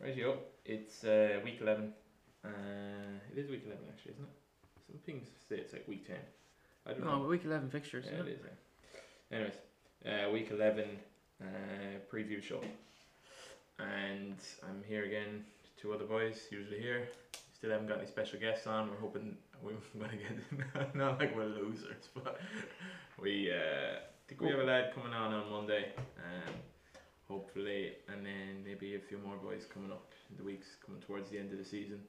Ratio up. It's uh, week 11. Uh, it is week 11, actually, isn't it? Some things say it's like week 10. I don't No, know. but week eleven fixtures. Yeah, Oh, isn't it it? is, yeah. Anyways, uh, week 11 uh, preview show. And I'm here again, two other boys, usually here. Still haven't got any special guests on. We're hoping we're going to get, not like we're losers, but we uh, think we have a lad coming on on Monday. Um, hopefully, and then maybe a few more boys coming up in the weeks coming towards the end of the season.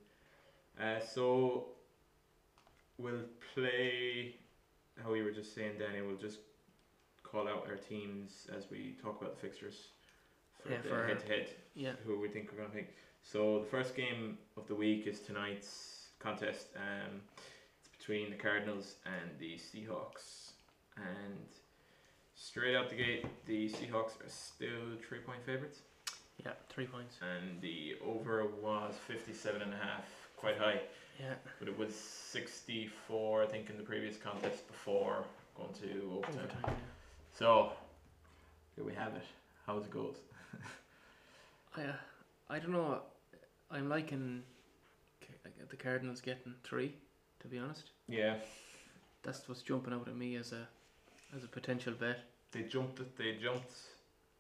Uh, so we'll play how you were just saying, Danny. We'll just call out our teams as we talk about the fixtures for Yeah, the for- head to head Yeah. who we think we're going to pick. So the first game of the week is tonight's contest. Um, it's between the Cardinals and the Seahawks, and straight out the gate, the Seahawks are still three point favorites, Yeah. Three points. and the over was fifty seven and a half, quite high. Yeah. But it was sixty four, I think, in the previous contest before going to overtime. Overtime. Yeah. So here we have it. How's it goes? I uh, I don't know. I'm liking Ca- the Cardinals getting three. To be honest, Yeah, that's what's jumping out at me as a as a potential bet. They jumped. it- They jumped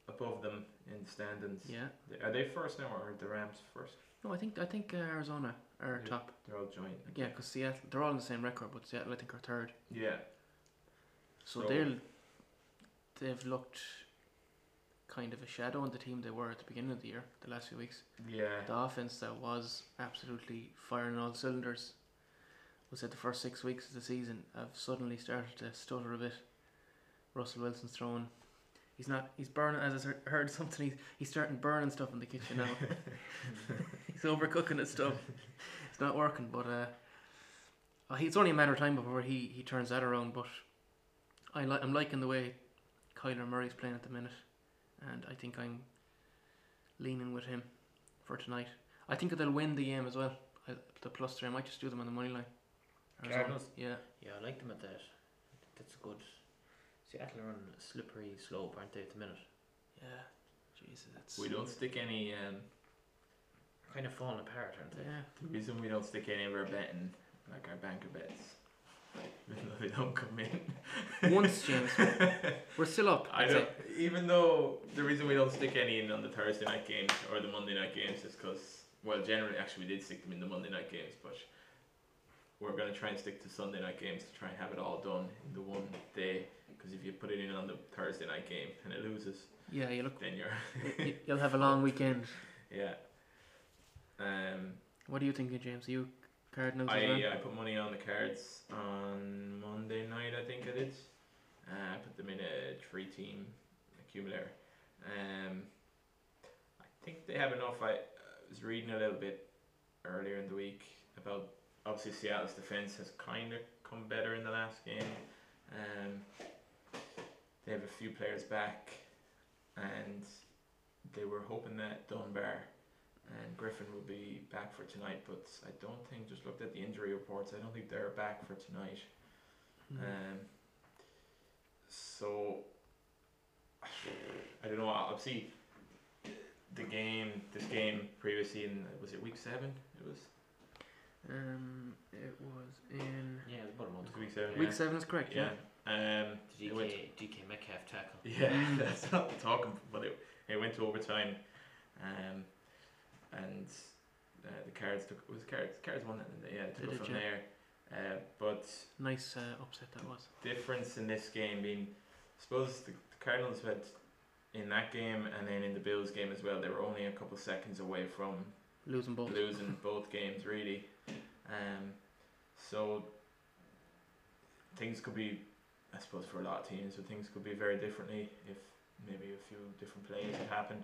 above them in standings. Yeah. They- Are they first now, or are the Rams first? No, I think I think uh, Arizona are Yeah. top. They're all joint. Yeah, because Seattle they're all in the same record, but Seattle I think are third. Yeah. So, So- they'll they've looked kind of a shadow on the team they were at the beginning of the year, the last few weeks. Yeah. The offense that was absolutely firing all cylinders was at the first six weeks of the season have suddenly started to stutter a bit. Russell Wilson's throwing. He's not. He's burning. As I heard- heard something, he's he's starting burning stuff in the kitchen now. he's overcooking his stuff. It's not working, but uh, uh, he- it's only a matter of time before he, he turns that around. But I li- I'm liking the way Kyler Murray's playing at the minute, and I think I'm leaning with him for tonight. I think they'll win the game as well. I, the plus three, I might just do them on the money line. Arizona, Cardinals? Yeah. Yeah, I like them at that. That's a good. Seattle are on a slippery slope, aren't they, at the minute? Yeah. Jesus, it's We don't stick any. Um, They're kind of falling apart, aren't they? Yeah. the reason we don't stick any of our betting, like our banker bets, even though they don't come in. Once, James. We're still up. I I'd say. don't. Even though the reason we don't stick any in on the Thursday night games or the Monday night games is because, well, generally, actually, we did stick them in the Monday night games, but we're going to try and stick to Sunday night games to try and have it all done in the one day. Because if you put it in on the Thursday night game and it loses, Yeah, you look. then you're. you- You'll have a long weekend. Yeah. Um, What are you thinking, James? Are you Cardinals? as well? I, I put money on the cards on Monday night, I think I did. Uh, I put them in a three team accumulator. Um, I think they have enough. I uh, was reading a little bit earlier in the week about obviously Seattle's defense has kind of come better in the last game. Um, they have a few players back, and they were hoping that Dunbar and Griffin will be back for tonight, but I don't think just looked at the injury reports. I don't think they're back for tonight. Mm. Um, so I don't know. Obviously, the game, this game previously in was it week seven? It was, uh, Um, it was in Yeah, it was about a it month was ago. week seven. week yeah. seven is correct. Yeah. Yeah. Um, The it went- DK, DK Metcalf tackle. Yeah, Hmm. that's not the talking, but it, it went to overtime, um, and uh, the Cards took it was Cards Cards won it, didn't they? yeah, they took They it did, from yeah. there. Uh, but Nice uh, upset that was. difference in this game being, I suppose the, the Cardinals had in that game and then in the Bills game as well. They were only a couple seconds away from Losing both. losing both games really. Um, so things could be, I suppose, for a lot of teams, but things could be very differently if maybe a few different plays had happened.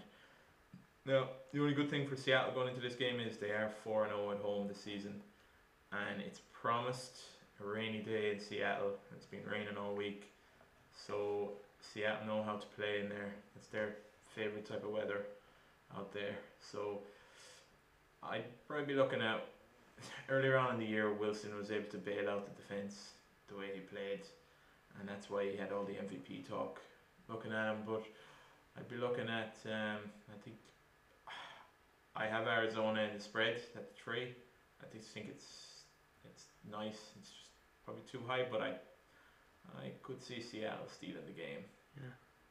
Now, the only good thing for Seattle going into this game is they are four and zero at home this season, and it's promised a rainy day in Seattle. It's been raining all week, so Seattle know how to play in there. It's their favorite type of weather out there. So I'd probably be looking at earlier on in the year Wilson was able to bail out the defence the way he played and that's why he had all the MVP talk looking at him but I'd be looking at um, I think I have Arizona in the spread at three. I just think it's it's nice. It's just probably too high, but I I could see Seattle stealing the game, Yeah.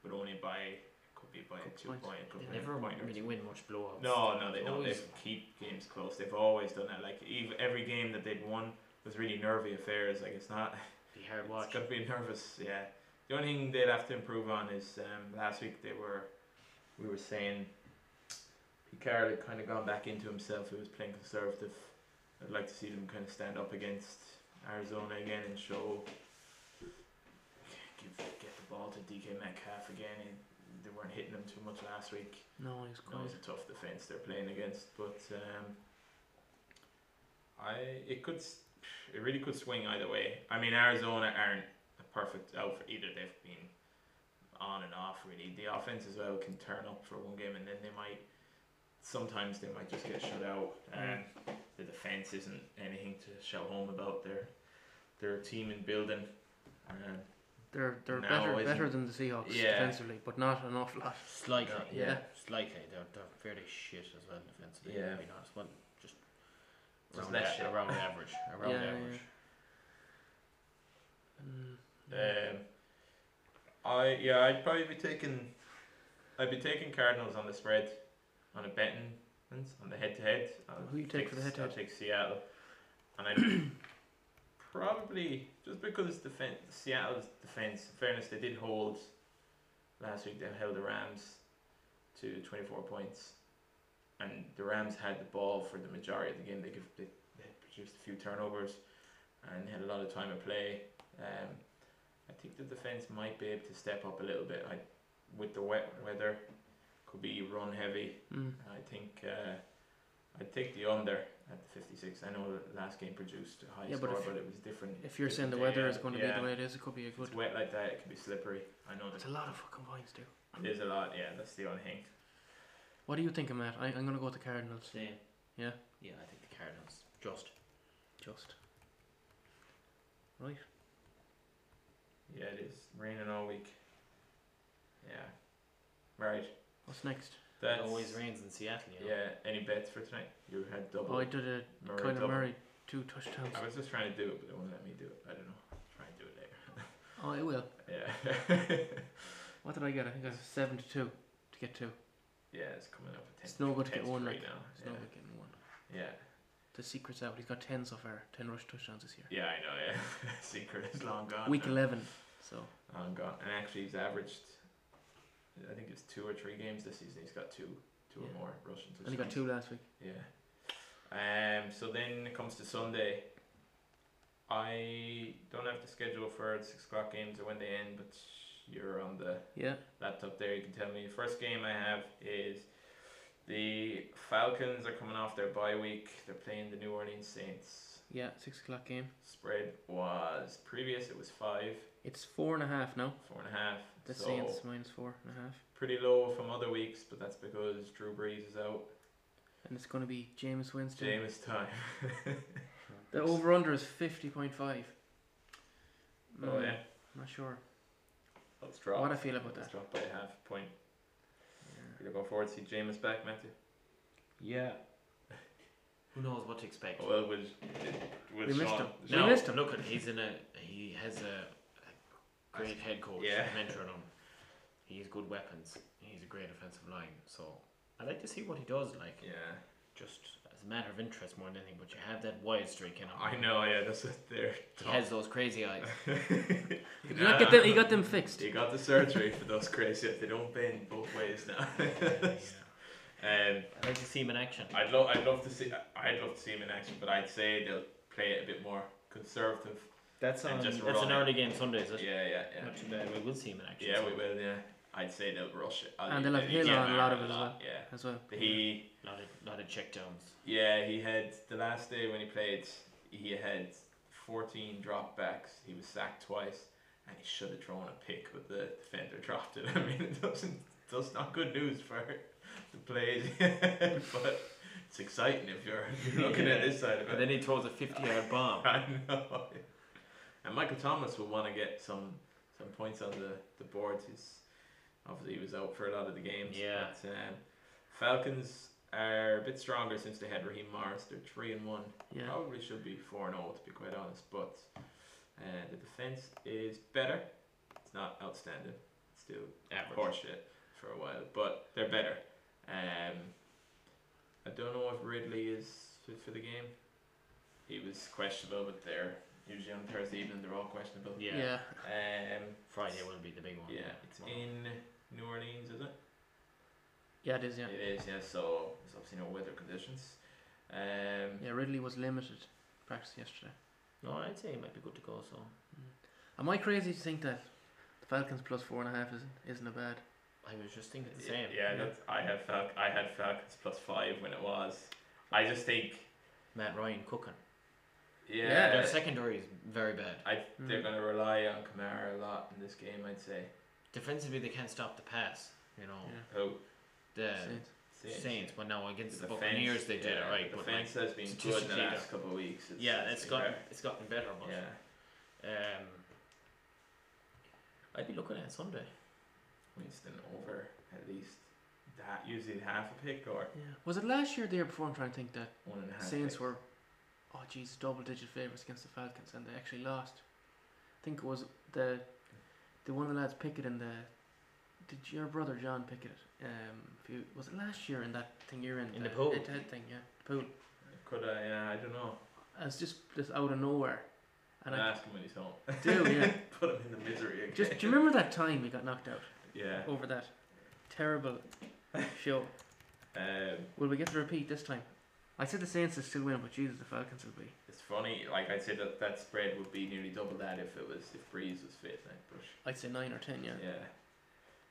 but only by it could be by a Couple two points. point. it could They be a never point or really win much blowouts. no, no, they It's don't. They always- keep games close. They've always done that. Like ev- every game that they'd won was really nervy affairs. Like it's not. Be hard It's watch. got to be nervous. Yeah. The only thing they'd have to improve on is um, last week they were, we were saying, Pete Carroll had kind of gone back into himself. He was playing conservative. I'd like to see them kind of stand up against Arizona again and show. Give get the ball to DK Metcalf again. They weren't hitting him too much last week. No, he's No, quiet. it's a tough defense they're playing against, but um, I it could s- it really could swing either way. I mean, Arizona aren't a perfect out for either. They've been on and off really. The offense as well can turn up for one game and then they might sometimes they might just get shut out. And the defense isn't anything to shout home about their their team and building. Um, They're they're No, better isn't- better than the Seahawks Yeah. defensively, but not an awful lot. Slightly, No, yeah. yeah. Slightly. They're, they're fairly shit as well defensively, Yeah. to be honest. Well, just Just around, less a- shit. around average. Around Yeah, average. Mm, Um, I yeah, I'd probably be taking, I'd be taking Cardinals on the spread, on a betting on the head to head. Who you take for the I'll head-to-head? take Seattle, and I probably just because defense Seattle's defense. In fairness, they did hold last week. They held the Rams to twenty four points, and the Rams had the ball for the majority of the game. They give they, they produced a few turnovers, and had a lot of time of play. Um, I think the defense might be able to step up a little bit. I, with the wet weather, could be run heavy. mm. I think uh, I'd take the under at the 56. I know the last game produced a high Yeah, but score, but, if- it was different. If you're saying the different weather day. is going to yeah. be the way it is, it could be a If good. it's wet like that, it can be slippery. I know It's that a lot of fucking points, dude. there's a lot. Yeah, that's the only thing. What do you think of Matt? I, I'm going to go with the Cardinals. Same. Yeah. Yeah, I think the Cardinals. Just. Just Yeah, it is raining all week. Yeah, right. what's next? That's It always rains in Seattle, you know. Yeah. Any bets for tonight? You had double. Oh, I did a Murray Kyler double. Murray two touchdowns. I was just trying to do it, but they won't let me do it. I don't know. Try and do it later. Oh, I will. Yeah. What did I get? I think I was seven to two to get two. yeah, it's coming up at 10. It's no good to get 10 's one, free like, now. It's yeah. no good getting one. yeah. The secret's out. He's got ten so far. Ten rush touchdowns this year. Yeah, I know, yeah. Secret is long gone. Week now. eleven. So Long gone. And actually, he's averaged, I think it's two or three games this season. He's got two two Yeah. or more Russian touchdowns. and he got two last week. Yeah. Um. So then it comes to Sunday. I don't have the schedule for the six o'clock games or when they end, but you're on the Yeah. laptop there. You can tell me. First game I have is the Falcons are coming off their bye week. They're playing the New Orleans Saints. Yeah. Six o'clock game. Spread was previous. It was five, It's four and a half now. four and a half. The so Saints minus four and a half. pretty low from other weeks, but that's because Drew Brees is out. And it's going to be James Winston. Jameis time. The over under is 50.5. Oh yeah, Hmm, Not sure. let's drop. Mm. What I feel about Let's that. drop by a half point. You're going forward to see Jameis back, Matthew. Yeah. Who knows what to expect? Oh, well, with, with We missed Sean- him. We No, missed him. look, he's in a he has a, a great head coach Yeah. mentoring him. He's good weapons. He's a great offensive line. So I'd like to see what he does. Like Yeah, just as a matter of interest more than anything. But you have that wild streak in him. I know. Yeah, that's what they're. He has those crazy eyes. Did you not get them, he got them fixed. He got the surgery for those crazy. They don't bend both ways now. um, I'd like to see him in action. I'd love, I'd love to see, I'd love to see him in action, but I'd say they'll play it a bit more conservative. That's and on. just that's an run it. early game Sunday, is Yeah, it? yeah, yeah. Not too bad. We will see him in action. Yeah, so we will. Yeah, I'd say they'll rush uh, it. And they'll have Yeah, Hill on a lot Mara of it as well. Yeah, As well. he. Lot of lot of checkdowns. Yeah, he had the last day when he played, he had 14 dropbacks. He was sacked twice, and he should have thrown a pick, but the defender dropped it. I mean, it doesn't that's not good news for the plays, but it's exciting if you're, if you're looking at Yeah. this side of And it. then he throws a 50-yard bomb. I know. And Michael Thomas will want to get some some points on the the board. He's obviously he was out for a lot of the games. Yeah. But, um, Falcons are a bit stronger since they had Raheem Morris. They're three and one. Yeah. Probably should be four and zero to be quite honest. But uh, the defense is better. It's not outstanding. It's still Average. horseshit for a while, but they're better. Um, I don't know if Ridley is fit for the game. He was questionable, but they're usually on Thursday evening. They're all questionable. Yeah. yeah. Um, Friday will be the big one. yeah, it's in New Orleans, is it? Yeah, it is, yeah. It is, yeah. So there's obviously no weather conditions. Um, Yeah, Ridley was limited practice yesterday. No, I'd say it might be good to go. So Am I crazy to think that the Falcons plus four and a half isn't, isn't a bad? I was just thinking the y- same. Yeah, That's, I had Fal- I had Falcons plus five when it was. I just think, Matt Ryan cooking. yeah, Their secondary is very bad. I they're Mm. going to rely on Kamara a lot in this game. I'd say. Defensively, they can't stop the pass. You know Yeah. Oh, Saints. the Saints, but now against the, defense, Buccaneers, they did yeah, it right. The but like, defense has been good in the statistically last they're- couple of weeks. It's, yeah, it's been gotten better. it's gotten better, but Yeah, um, I'd be looking at it Sunday. Winston over at least that usually half a pick or Yeah. Was it last year or the year before? I'm trying to think that one and a half. Saints picks. were, oh jeez, double digit favourites against the Falcons and they actually lost. I think it was the, the one of the lads Pickett and the, did your brother John Pickett, um, if you, was it last year in that thing you're in? In the pool. head to head thing, yeah. Pool. Could I? Yeah, I don't know. I was just, just out of nowhere. And I ask him when he's home. Uh. do, yeah. Put him in the misery again. Just, do you remember that time we got knocked out yeah. over that terrible show? Um, Will we get to repeat this time? I said the Saints will still win, but Jesus, the Falcons will be. it's funny. Like I said, that that spread would be nearly double that if it was if Breeze was fit. Like, but I'd say nine or ten, yeah.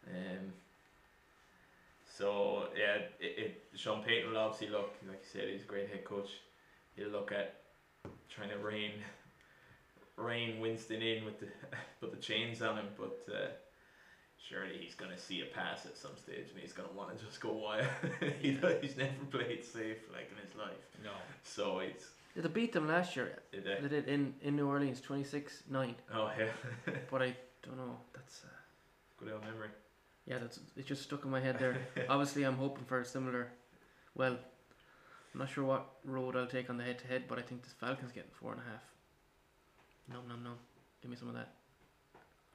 Um, so yeah, it, it Sean Payton will obviously look like you said he's a great head coach. He'll look at trying to rein rein Winston in with the put the chains on him, but uh, surely he's gonna see a pass at some stage and he's gonna want to just go wild. he, he's never played safe like in his life, No, so it's They beat them last year. it, uh, They did in, in New Orleans, 26-9. oh yeah, But I don't know. That's uh, good old memory. yeah. That's it. Just stuck in my head there. Obviously, I'm hoping for a similar. Well, I'm not sure what road I'll take on the head-to-head, but I think this Falcons getting four and a half. Nom nom nom. Give me some of that.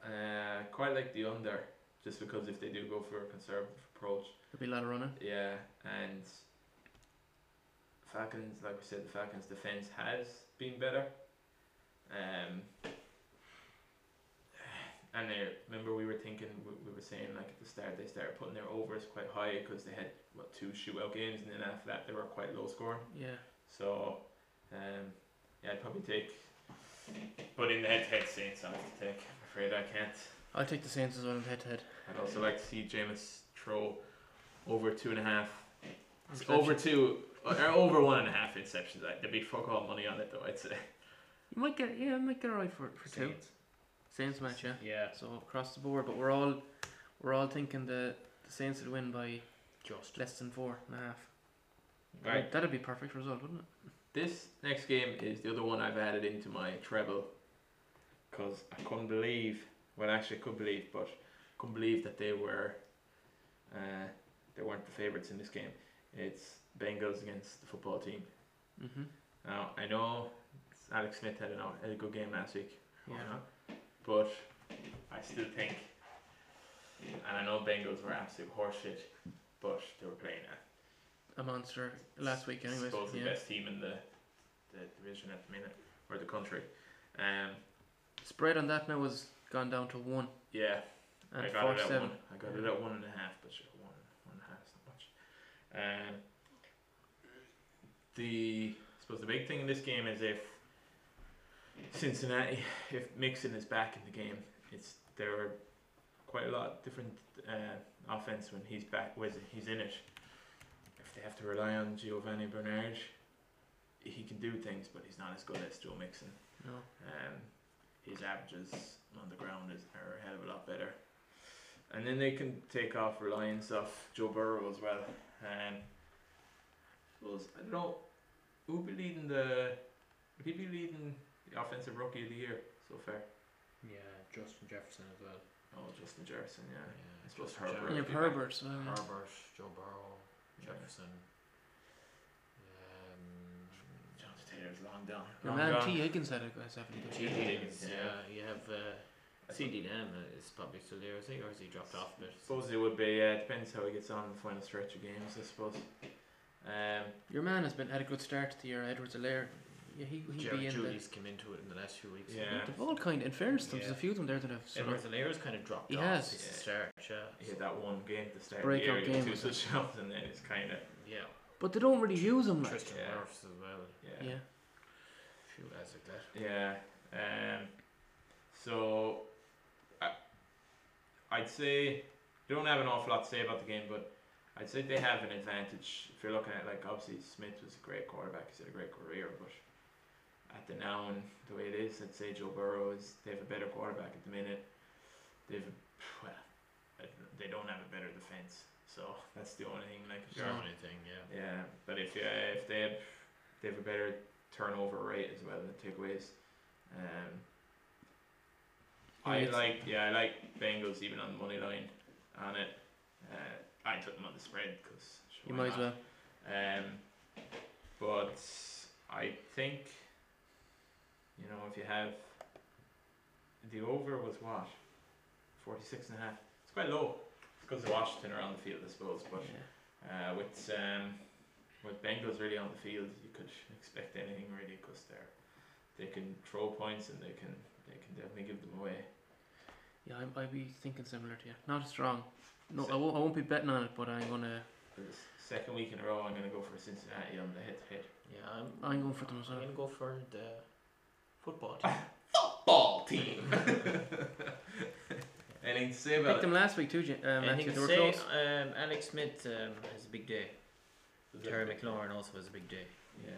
Uh, quite like the under, just because if they do go for a conservative approach, There'll be a lot of running. yeah, and Falcons, like we said, the Falcons' defense has been better. Um, and they remember we were thinking we, we were saying like at the start they started putting their overs quite high because they had what two shootout games and then after that they were quite low scoring. Yeah. So, um, yeah, I'd probably take. But in the head-to-head Saints, I have to take. I'm afraid I can't. I'll take the Saints as well in the head-to-head. I'd also like to see Jameis throw over two and a half. It's Interception. Over two or over one and a half interceptions. Like, There'd be fuck all money on it though. I'd say. You might get yeah, I might get alright for for two. Saints. Saints match, yeah. Yeah, So across the board, but we're all we're all thinking the, the Saints will win by just less than four and a half. Right. That'd be perfect result, wouldn't it? This next game is the other one I've added into my treble, because I couldn't believe. Well, actually, I could believe, but couldn't believe that they were. Uh, they weren't the favorites in this game. It's Bengals against the football team. Mm-hmm. Now I know Alex Smith had an out- had a good game last week. Yeah. Yeah. Uh-huh. But I still think, and I know Bengals were absolute horseshit, but they were playing a A monster last week, anyways. supposed yeah. the best team in the, the division at the minute or the country. Um, Spread on that now has gone down to one yeah, and I got it at forty-seven. one. I got it at one and a half, but sure, one one and a half is not much. Um, the I suppose the big thing in this game is if Cincinnati, if Mixon is back in the game, it's there are quite a lot of different uh, offense when he's back. When he's in it, if they have to rely on Giovanni Bernard, he can do things, but he's not as good as Joe Mixon. No. Um, his averages on the ground is, are a hell of a lot better. And then they can take off reliance off Joe Burrow as well. Um, suppose, I don't know, who'll be leading the. Will he be leading the offensive rookie of the year so far? yeah, Justin Jefferson as well. Oh, Justin Jefferson, yeah. I Yeah, suppose Justin Herbert. And uh, Yeah, if Herbert, so, yeah. Herbert, Joe Burrow, Yeah. Jefferson, Um, players long down. Your Long man gone. T Higgins had a, has having a good T. year. Higgins, Yeah, yeah. you have uh, CD Lamb is probably still there, is he? Or has he dropped off a bit? suppose it would be. Yeah, it depends how he gets on in the final stretch of games. I suppose. Um, Your man has been had a good start to the year. Edwards Alaire, yeah, he he'd be Jared in the, Judy's come into it in the last few weeks. Yeah. they've all kind. In fairness, to them, there's a Yeah. few of them there that have sort Edwards of Alera's kind of dropped He off has. since the Yeah. start, yeah. he had that one game to start the Breakout year. He got game, two wasn't it? touchdowns, and then it's kind of Yeah. but they don't really use him like. Tristan Yeah. Wirfs as well. yeah. Yeah, A few lads like that. Yeah. Um, so I, I'd say they don't have an awful lot to say about the game, but I'd say they have an advantage. If you're looking at like obviously Smith was a great quarterback, he's had a great career, but at the now and the way it is, I'd say Joe Burrow is they have a better quarterback at the minute. They've well, I don't- they don't have a better defense, so that's the only thing. Like if you're Germany thing, yeah. yeah, but if you if they have, they have a better turnover rate as well than takeaways. Um, I Yeah, it's- like yeah I like Bengals even on the money line on it. Uh, I took them on the spread because you might as well. Um, but I think you know if you have the over was what forty six and a half. It's quite low. It's because of Washington around the field, I suppose, but. Yeah. Uh, with um, with Bengals really on the field, you could expect anything really because they're they can throw points and they can they can definitely give them away. Yeah, I, I'd be thinking similar to you. Not as strong. No, Se- I won't, I won't be betting on it, but I'm gonna. For the s- second week in a row, I'm gonna go for Cincinnati on the head to head. Yeah, I'm, I'm going for them as well. Um, I'm going to go for the football team. Ball team. anything to say Picked about it? them last week too, Ja- uh, and Matthew. you They can were say close. um, Alex Smith um, has a big day. Terry McLaurin also has a big day. Yeah,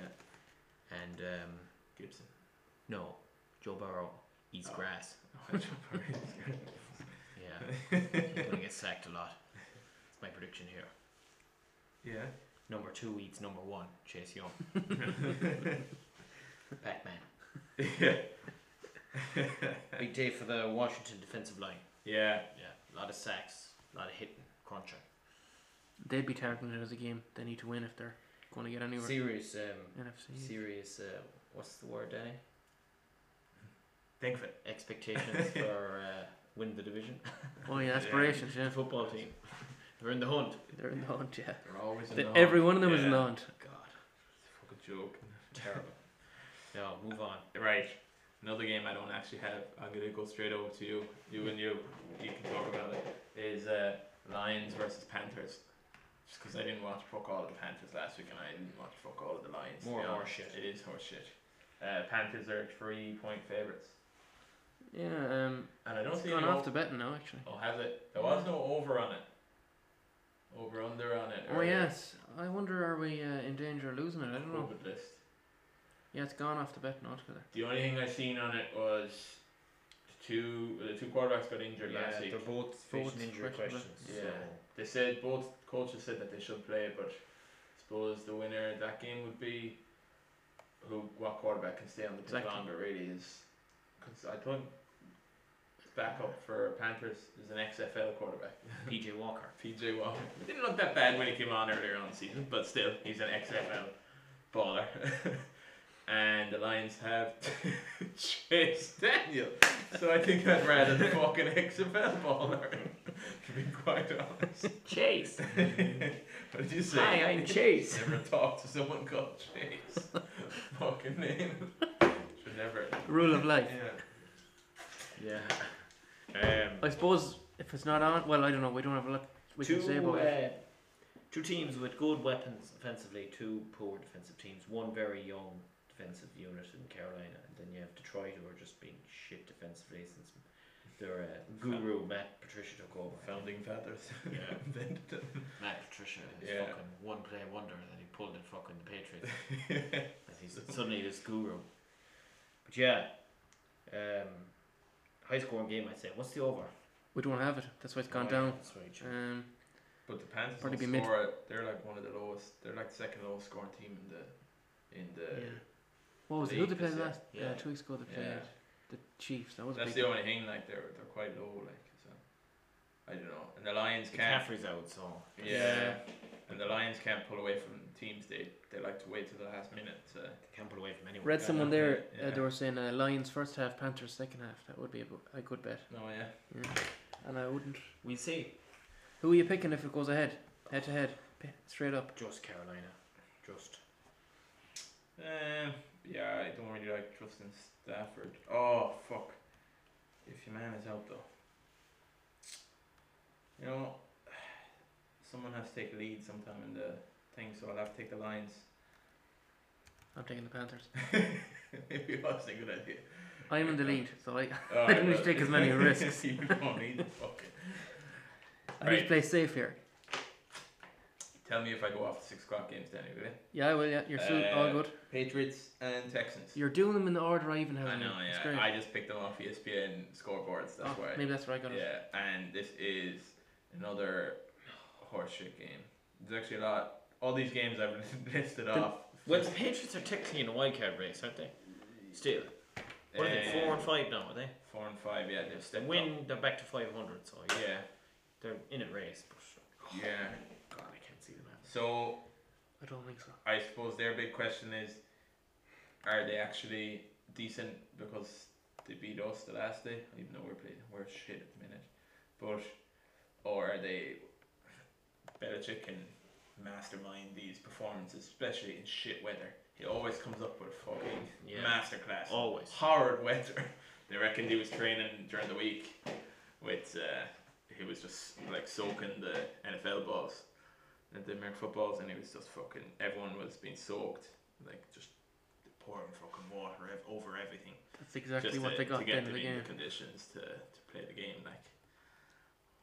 And um, Gibson. no, Joe Burrow eats Oh. grass. Yeah, he's going to get sacked a lot. That's my prediction here. yeah. Number two eats number one, Chase Young. Pac Man. Yeah. Big day for the Washington defensive line. Yeah. Yeah, a lot of sacks, a lot of hitting, crunching. They'd be targeting it as a game. They need to win if they're going to get anywhere. Serious, um, NFC. serious. Uh, what's the word, Danny? Think of it. Expectations for uh, win the division. Oh yeah, Yeah. aspirations. Yeah, Football team. They're in the hunt. they're in the hunt. Yeah, They're always in They- the hunt. every one of them is in the Yeah. hunt. God, It's a fucking joke. terrible. no, move on. Right. Another game I don't actually have. I'm gonna go straight over to you. You and you. You can talk about it. Is uh, Lions versus Panthers. Just because I didn't watch fuck all of the Panthers last week, and I didn't watch fuck all of the Lions. to More be honest. horseshit. It is horseshit. Uh, Panthers are three point favorites, Yeah, um, and I don't it's see gone any off o- to betting now actually. Oh, has it? There was no over on it. Over under on it. Oh yes, I wonder are we uh, in danger of losing it? I don't know. COVID list. Yeah, it's gone off to betting altogether. The only thing I seen on it was the two the two quarterbacks got injured last week. they're both Both facing injury questionable. questions. Yeah. They said both coaches said that they should play, but I suppose the winner of that game would be who what quarterback can stay on the pitch Exactly. longer. Really is because I don't backup for Panthers is an XFL quarterback, So PJ Walker. PJ Walker. Didn't look that bad when he came on earlier on the season, but still he's an XFL baller. And the Lions have Chase Daniel, so I think I'd rather the fucking XFL baller. to be quite honest. Chase. what did you say? I'm Chase. Never talk to someone called Chase. Fucking name. Should never. Rule of life. Yeah. Um, I suppose if it's not on, well, I don't know. We don't have a lot we two, can say about it. uh, two teams with good weapons offensively, two poor defensive teams, one very young defensive unit in Carolina, and then you have Detroit who are just being shit defensively since their uh, guru Matt Patricia took over. Founding fathers. Yeah. Invented them. Matt Patricia is Yeah. fucking one play wonder that he pulled in fucking the Patriots. and he's suddenly this guru. But yeah, um, high scoring game I'd say. What's the over? We don't have it. That's why it's gone Oh, down. That's right. sure. Um, But the Panthers Probably Probably be mid- score. it. They're like one of the lowest. They're like the second lowest scoring team in the in the. Yeah. What was it? Who league they played this year. last? Yeah, Yeah. two weeks ago they played Yeah. the Chiefs. That was a That's big. the only thing. Like they're they're quite low. Like so. I don't know. And the Lions can't. McCaffrey's out, so Yeah. And the Lions can't pull away from teams. They they like to wait till the last minute. To, they can't pull away from anyone. Read Yeah, someone there, yeah. uh, they were saying uh, Lions first half, Panthers second half. That would be a, bu- a good bet. no, Oh, yeah. Mm. And I wouldn't. We'll see. Who are you picking if it goes ahead? Head to head. P- Straight up. Just Carolina. Just. Um, yeah, I don't really like Justin Stafford. Oh fuck! If your man is out though, you know, someone has to take a lead sometime in the thing, so I'll have to take the Lions. I'm taking the Panthers. Maybe it was a good idea. I'm in the lead, so I, Oh, I don't need to take as many well. risks. you don't need to fuck it. I need to Right. play safe here. Tell me if I go off the six o'clock games, Danny, will you? Yeah, well, yeah, you're still all Uh, good. Patriots and Texans. You're doing them in the order I even have. I them in. know, It's yeah. great. I just picked them off E ESPN scoreboards. That's Oh, why. Maybe that's where I got it. Yeah, and this is another horseshit game. There's actually a lot. All these games I've listed off. Well, the Patriots are technically in a wild card race, aren't they? Still. What are they? Four and five now, are they? Four and five. Yeah, they've They stepped win, up. they're back to 500, so yeah, Yeah, they're in a race. But yeah. Oh, God, I can't see the map. So I don't think so. I suppose their big question is, are they actually decent because they beat us the last day? Even though we're playing, we're shit at the minute. But or are they? Belichick can mastermind these performances, especially in shit weather. He always comes up with fucking Yeah. masterclass. Always. Horrid weather. They reckon he was training during the week with uh, he was just like soaking the NFL balls and the American footballs and he was just fucking everyone was being soaked. Like just pouring fucking water ev- over everything. That's exactly just what to, they got to at the get end them of the in game. the conditions to, to play the game like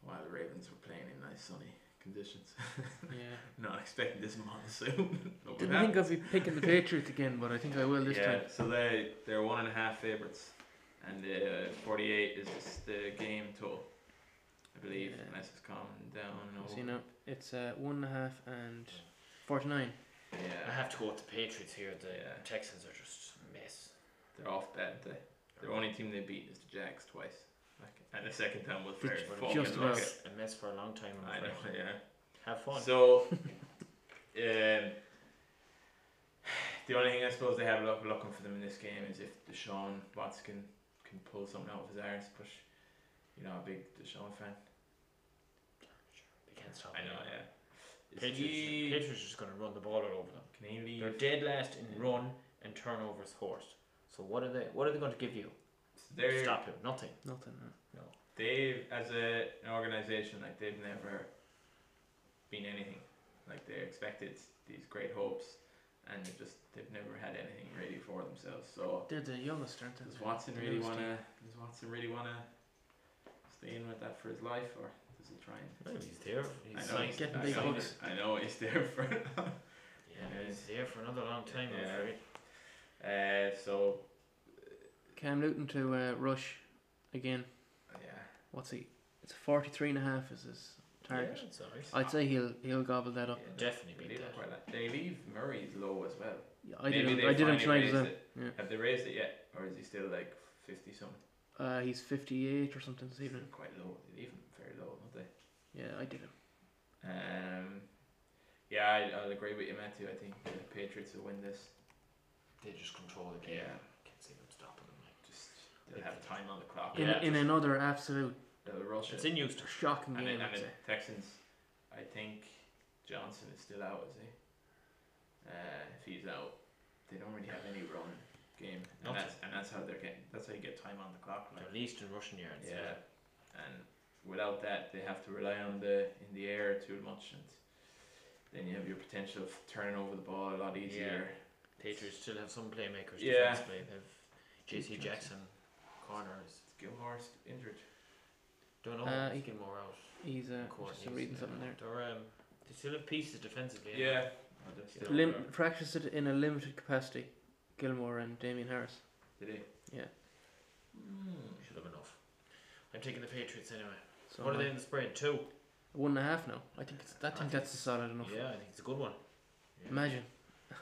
while the Ravens were playing in nice sunny conditions. Yeah. Not expecting this monsoon. Not Didn't gonna think happen. I'd be picking the Patriots again, but I think I will this yeah, time. so they they're one and a half favorites, and uh, forty eight is just the game total, I believe, Yeah. unless it's calming down. So, Or, you know, it's uh, one and a half and 49. I Yeah, have to go with the Patriots here. The Yeah. Texans are just a mess. they're off bad. They their only team they beat is the Jags twice, like, and the second time was very Just fucking just lucky. about. a mess for a long time. I'm I know, afraid. yeah. Have fun. So, um, the only thing I suppose they have luck looking for them in this game is if Deshaun Watson can, can pull something out of his arse. But you're not a big Deshaun fan. they can't stop. I know, anyone. yeah. Is Patriots, he- Patriots are just going to run the ball all over them. Can he They're leave? dead last in run and turnovers forced. So what are they? What are they going to give you? They're, Stop him. Nothing. Nothing. no. They've, as a, an organization, like they've never been anything. Like they expected these great hopes, and they just they've never had anything really for themselves. So They're the youngest, aren't they? does Watson The really newest wanna? team. Does Watson really wanna stay in with that for his life, or does he try and? Well, he's there. He's I know signed- he's, getting I big know hooks. he's- I know he's there for. Yeah, he's there for another long time. I'm Yeah. afraid. uh, so Cam Newton to uh, rush again. yeah. What's he? It's 43 and a half is his target. Yeah, it's all right. I'd say he'll he'll gobble that up. Yeah, definitely They beat leave, that. it quite a- they leave Murray's low as well. Yeah, I Maybe did him, they I did finally him tonight as raised well. it. Yeah. Have they raised it yet, or is he still like fifty something? Uh, he's 58 or something this evening. Quite low. They leave him very low, don't they? Yeah, I did him. Um, yeah, I, I'll agree with you, Matthew. I think the Patriots will win this. They just control the game. Can't see them stopping them. Like. just they'll have time on the clock. In, Yeah. in another absolute They'll rush It's it. in Houston. shocking And, it, game, and I'd the say. Texans, I think Johnson is still out, is he? Uh, if he's out, they don't really have any run game, and Nothing. that's and that's how they're getting. That's how you get time on the clock. Like. They're least in rushing yards. Yeah, and without that, they have to rely on the in the air too much, and then you have your potential of turning over the ball a lot easier. Patriots still have some playmakers Yeah. defensively. They have JC Jackson corners. Gilmore's injured. Don't know Uh, uh, he- Gilmore out. He's uh, Courtney's, just reading yeah. something there. They're, um, they still have pieces defensively. I know. Oh, they're still Lim- under- practiced it in a limited capacity. Gilmore and Damien Harris. Did he? Yeah. Hmm. Should have enough. I'm taking the Patriots anyway. So what are uh, they in the spread? Two. One and a half now. I think it's, I think think that's a solid enough. Yeah, I think it's a good one. Yeah. Imagine,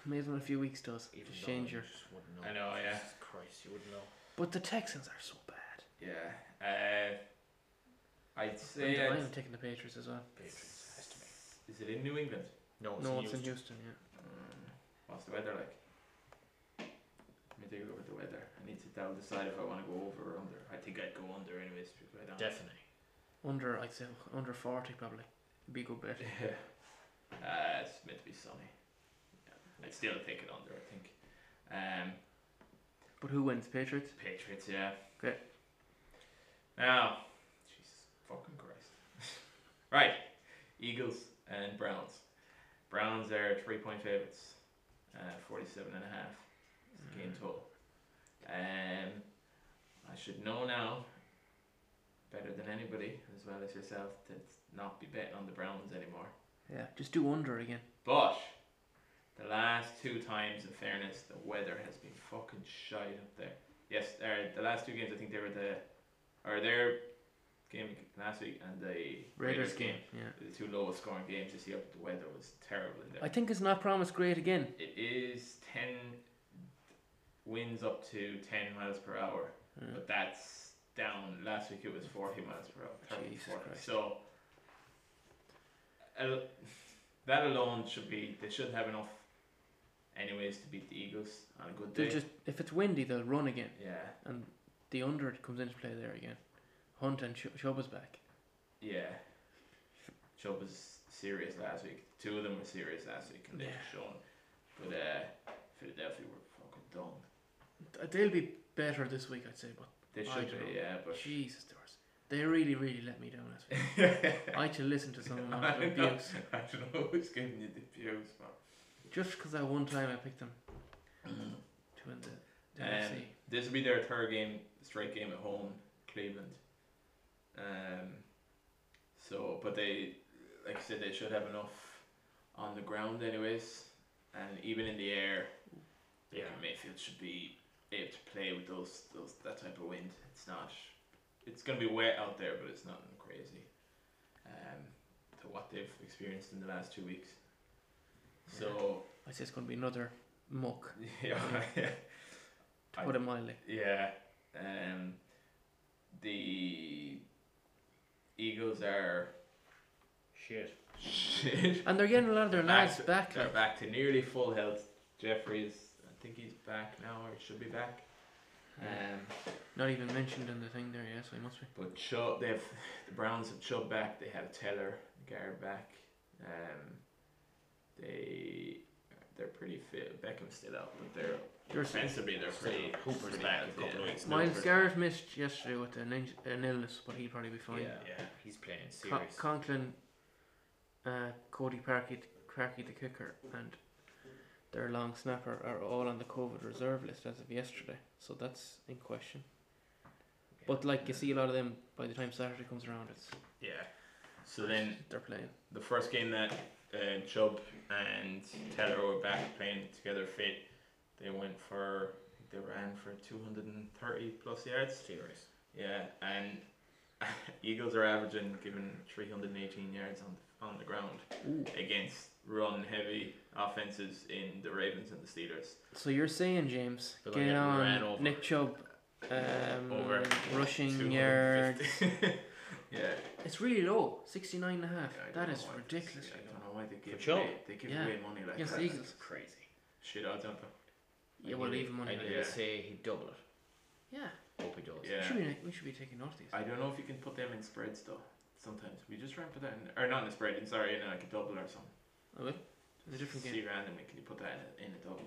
imagine what a few weeks does. Even Just though change you your. just wouldn't I know, yeah. Jesus Christ, you wouldn't know. But the Texans are so bad. Yeah. Uh, I'd say I'm, I'd, I'm taking the Patriots as well. Patriots has to be. is it in New England? No, Oh, it's no, in it's Houston. in Houston. Yeah. Mm, What's the weather like? Let me take a look at the weather. I need to now decide if I want to go over or under. I think I'd go under anyways because I don't. Definitely. Under, I'd say under forty probably. Be a good bet. Yeah. Uh, it's meant to be sunny. Yeah. I'd still take it under. I think. Um, But who wins, Patriots? Patriots, yeah. Okay. Now, Jesus fucking Christ. right, Eagles and Browns. Browns are three point favorites, uh, 47 and a half is the game Mm. total. Um, I should know now, better than anybody, as well as yourself, to not be betting on the Browns anymore. Yeah, just do under again. But the last two times, in fairness, the weather has been fucking shite up there. Yes, uh, the last two games, I think they were the, or their game last week and the Raiders, game. Yeah. The two lowest scoring games this year. but The weather was terrible in there. I think it's not promised great again. it is ten winds up to ten miles per hour, Yeah. but that's down. Last week it was forty miles per hour. 30, Jesus 40. Christ. So. al- That alone should be they should have enough anyways to beat the Eagles on a good They'll day. just if it's windy, they'll run again, yeah. and the under comes into play there again. Hunt and Sh- Shubba's back. Yeah. Chubb was serious last week. Two of them were serious last week and they've Yeah. shown. But uh, Philadelphia were fucking dumb. Th- They'll be better this week, I'd say. But They I should dunno. be, yeah, but Jesus, they was they really, really let me down last week. I had to listen to some amount of I know. abuse I don't know who's giving you the views, man. just because that one time I picked them to win the, the Mm. Um, NFC. This will be their third game, straight game at home, Cleveland. Um, so, but they, like I said, they should have enough on the ground, anyways, and even in the air. Baker Yeah. Mayfield should be able to play with those, those that type of wind. It's not. It's gonna be wet out there, but it's nothing crazy. Um, to what they've experienced in the last two weeks. So I'd say it's going to be another muck. yeah, yeah. To I- put it mildly, Yeah. Um, the Eagles are Shit. shit. and they're getting a lot of their They're back lads to- back. They're like. back to nearly full health. Jeffries, I think he's back now, or should be back. Um, Not even mentioned in the thing there, yeah, so he must be. but Chubb, they have the Browns have Chubb back. They have Teller, Guard back. Um, they they're pretty fit. Beckham's still out, but they're There's- offensively they're pretty. Hooper's pretty back a healthy, couple of yeah. weeks now. Miles Hooper's Garrett missed yesterday with an, inj- an illness, but he'd probably be fine. Yeah. Yeah, he's playing Con- serious. Conklin, uh, Cody Parkey, Parkey the kicker, and their long snapper are all on the COVID reserve list as of yesterday, so that's in question. But like you see, a lot of them by the time Saturday comes around, it's Yeah. So then they're playing. the first game that uh, Chubb and Teller were back playing together fit, they went for they ran for 230 plus yards. Serious. Yeah, and Eagles are averaging given 318 yards on on the ground Ooh. against run heavy offenses in the Ravens and the Steelers. So you're saying, James, They're gonna get get on ran over. Nick Chubb, um, Over rushing 250. yards. yeah, It's really low, 69 and a half. yeah, I that don't is know why they- ridiculously I low. don't know why they give Chubb? away, they give Yeah. away money like Yes, that. Eagles. It's crazy. Shit odds, aren't they? Yeah, we'll leave him on I here. need Yeah. to say he'd double it. Yeah. Hope he does. Yeah. Should we, we should be taking off these. I don't know if you can put them in spreads though. Sometimes we just try and put that in, or not in a spread. In, sorry, in like a double or something. I will. In a different See game randomly, can you put that in a, in a double?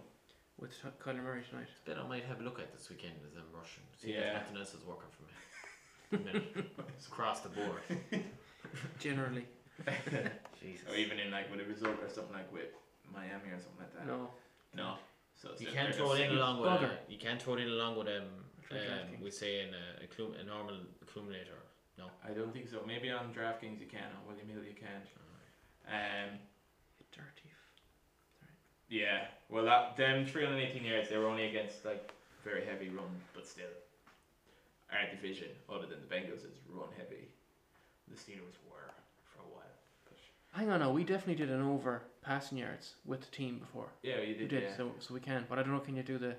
with Ty- Kyler Murray tonight. Then I might have a look at this weekend as I'm rushing. See Yeah. if nothing else is working for me. At the minute. It's across the board. Generally, Jesus. Or even in like with a result or something like with Miami or something like that. no. No. So You so can't they're throw it just- in along with a, Bugger. you can't throw it in along with um, Like um DraftKings. we say in a, a, clum, a normal accumulator. I don't think so. Maybe on DraftKings you can. On William Hill you can. Um. Dirty. Yeah. Well, that them 318 yards. They were only against like very heavy run, but still, our division, other than the Bengals, is run heavy. The Steelers were for a while. But Hang on, no, we definitely did an over passing yards with the team before. yeah, you We did. did, yeah. so so we can. But I don't know, can you do the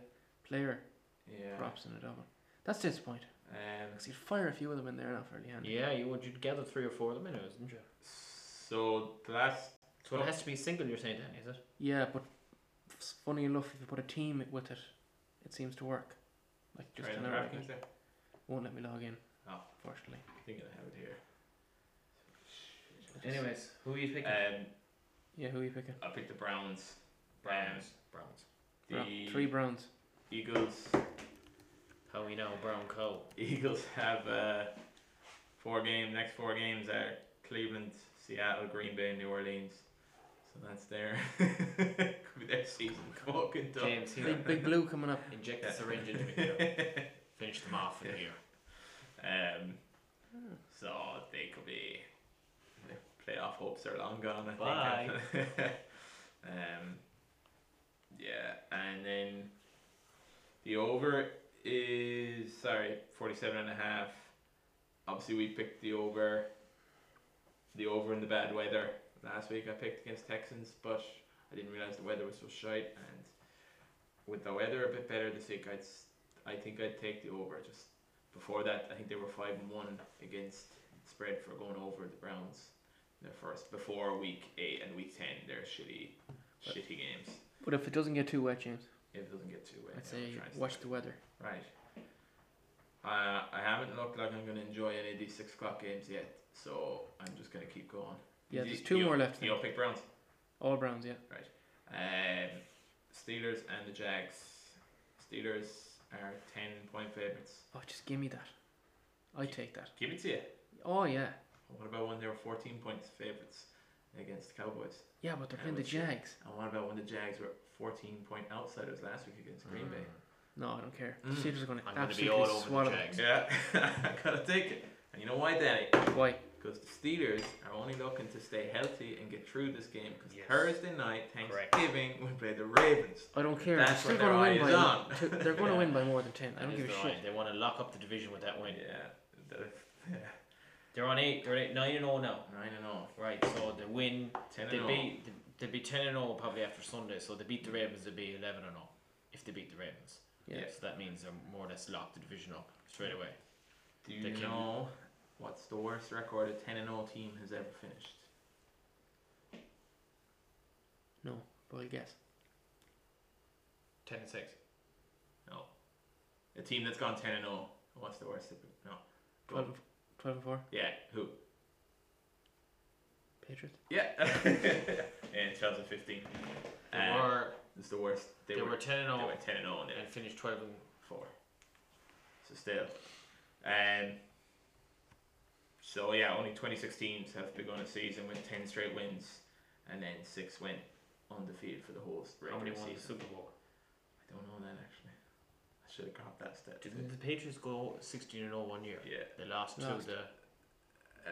player Yeah. props in a double? That's disappointing. Um, 'Cause you'd fire a few of them in there now fairly handy. yeah, you would. You'd gather three or four of them in, wouldn't you? So the last So it has to be single. You're saying, Danny, is it? Yeah, but f- funny enough, if you put a team with it, it seems to work. Like just Try an the hour DraftKings there. won't let me log in. Oh. Unfortunately. I think I have it here. Anyways, who are you picking? Um, Yeah, who are you picking? I picked the Browns, Browns. um, Browns. the Bra- three Browns. Eagles. How we know Brown Cow. Eagles have uh, four games. Next four games are Cleveland, Seattle, Green Bay, New Orleans. So that's their could be their season fucking done. James here. Big, big Blue coming up. Inject Yeah. the syringe into me. Here. Finish them off in here. Um, so they could be their playoff hopes are long gone. I think. um, yeah, and then the over is sorry, 47 and a half. Obviously, we picked the over. The over in the bad weather last week. I picked against Texans, but I didn't realize the weather was so shite. And with the weather a bit better this week, I'd s- I think I'd take the over. Just before that, I think they were five and one against spread for going over the Browns. Their first before week eight and week ten, their shitty, shitty games. But if it doesn't get too wet, James, If it doesn't get eh, too wet, I'd I'll say try and watch start. the weather. Right. Uh, I haven't looked like I'm going to enjoy any of these six o'clock games yet, so I'm just going to keep going. Yeah, You- there's two you- more left You then. all pick Browns, All Browns, yeah. um, Steelers and the Jags. Steelers are ten point favorites. Oh, just give me that. I take that. Give it to you. Oh yeah, What about when they were fourteen points favorites against the Cowboys? yeah, but they're Yeah, playing the we should. Jags. And what about when the Jags were 14 point outsiders last week against Green Bay? No, I don't care. Mm. The Steelers are going to I'm going to be all absolutely over swallow the them. Jags. Yeah, I gotta take it. And you know why, Danny? Why? Because the Steelers are only looking to stay healthy and get through this game. Because Yes. Thursday night, Correct. Thanksgiving, we play the Ravens. I don't care. That's they're still where going to their win by. eye is two- they're going to Yeah. win by more than ten. I That don't is give a their shit. eye. They want to lock up the division with that win. Yeah, the- yeah. They're on eight. They're at nine and zero now. nine and all, Right. So the win. ten They and oh. all. beat. They be ten and zero probably after Sunday. So they beat the Ravens. They would be eleven and zero if they beat the Ravens. Yeah. So that means they're more or less locked the division up straight away. Do you They can- know what's the worst record a ten and all team has ever finished? No, but I guess. Ten and six. No. A team that's gone ten and all. What's the worst? No. Go. 12, and f- 12 and 4, Yeah. Who? Patriots. Yeah. in 2015. They Um, were. It's the worst. They, Uh, They, were, were ten and they zero were 10 and 0 and they and finished twelve and four. So still. Um, so yeah, only 26 teams have begun a season with 10 straight wins and then six went undefeated for the whole how regular many won the season. Super Bowl? I don't know that actually. I should have grabbed that stat. Didn't the Patriots go sixteen and zero one year? Yeah. They lost, Lost. to the Uh,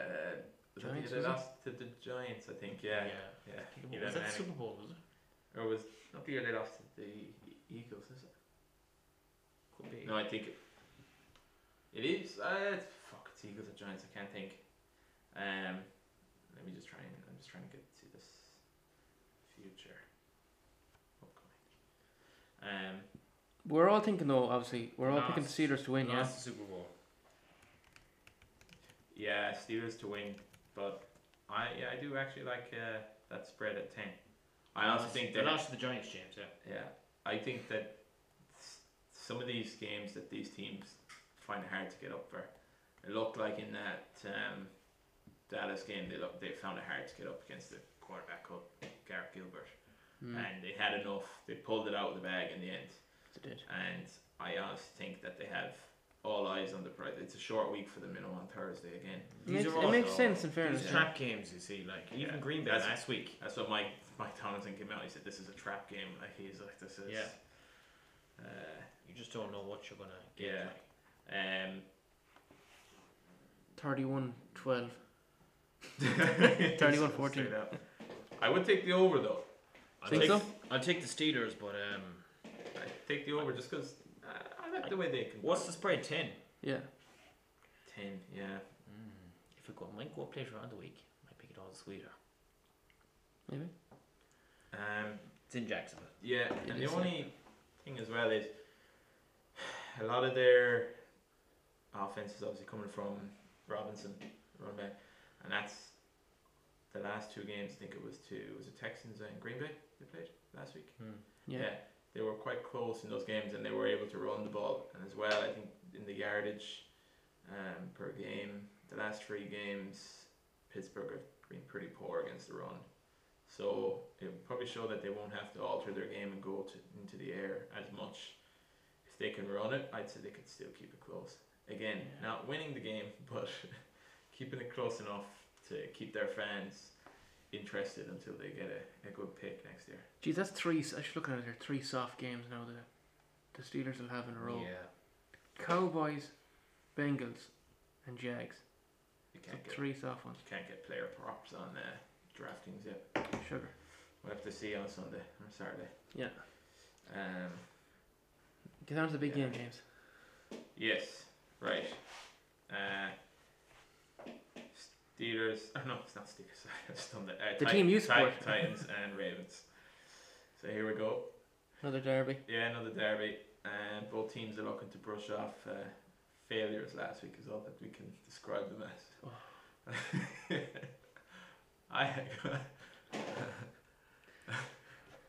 was I think Giants, they was it? lost to the Giants, I think, yeah. Yeah. yeah. Was 11 that the and- Super Bowl? Was it? Or was not the year they lost to the Eagles, is it? Could be. No, I think it, it is. Uh, it's- fuck, it's Eagles or Giants. I can't think. Um, let me just try and I'm just trying to get to this future upcoming. Um, We're all thinking though, obviously, we're all No, picking the it's- Steelers to win, yeah. Lost the Super Bowl. yeah, Steelers to win, but I yeah I do actually like uh, that spread at ten. I also think they that lost to the Giants, James. Yeah. yeah I think that s- some of these games that these teams find it hard to get up for. It looked like in that um, Dallas game they looked, they found it hard to get up against the quarterback up Garrett Gilbert, Mm, and they had enough. They pulled it out of the bag in the end, they did. and I honestly think that they have all eyes on the prize. It's a short week for them, you know, on Thursday again. It These makes, are it all makes though, sense in fairness. These yeah. trap games, you see, like even Yeah. Green Bay That's- last week. That's what Mike Mike Tomlinson came out. He said this is a trap game. Like he's like this is. Yeah. Uh, You just don't know what you're gonna get. Yeah. like. um, 31 12. 31 14. I would take the over though. I'll Think take, so? I'll take the Steelers, but um, I take the over just because uh, I like the way they can. what's the spread? Ten. Yeah. ten? Yeah, Hmm. If it go, might go up later on in the week, might pick it all sweeter. Maybe. um, It's in Jacksonville. yeah. And the is, yeah. only thing as well is a lot of their offense is obviously coming from Robinson, run back, and that's the last two games. I think it was to was it Texans and Green Bay they played last week. Yeah. They were quite close in those games, and they were able to run the ball. And as well, I think in the yardage um, per game, the last three games, Pittsburgh have been pretty poor against the run. So it will probably show that they won't have to alter their game and go to, into the air as much. If they can run it, I'd say they could still keep it close. Again, Yeah. not winning the game, but keeping it close enough to keep their fans interested until they get a, a good pick next year. Geez, that's three. I should look at it here. Three soft games now that the Steelers will have in a row. Yeah. Cowboys, Bengals, and Jags. You So can't get three soft ones. You can't get player props on uh, DraftKings yet. Sugar. We'll have to see on Sunday or Saturday. Yeah. Um, Get down to the big Yeah. game, James. yes, right. Uh, Steelers. Oh, no, it's not Steelers. Sorry, I just done that. Uh, The Ti- team you Ti- support. Titans and Ravens. So here we go. Another derby. Yeah, another derby. And both teams are looking to brush off uh, failures last week is all that we can describe them as. Oh. I.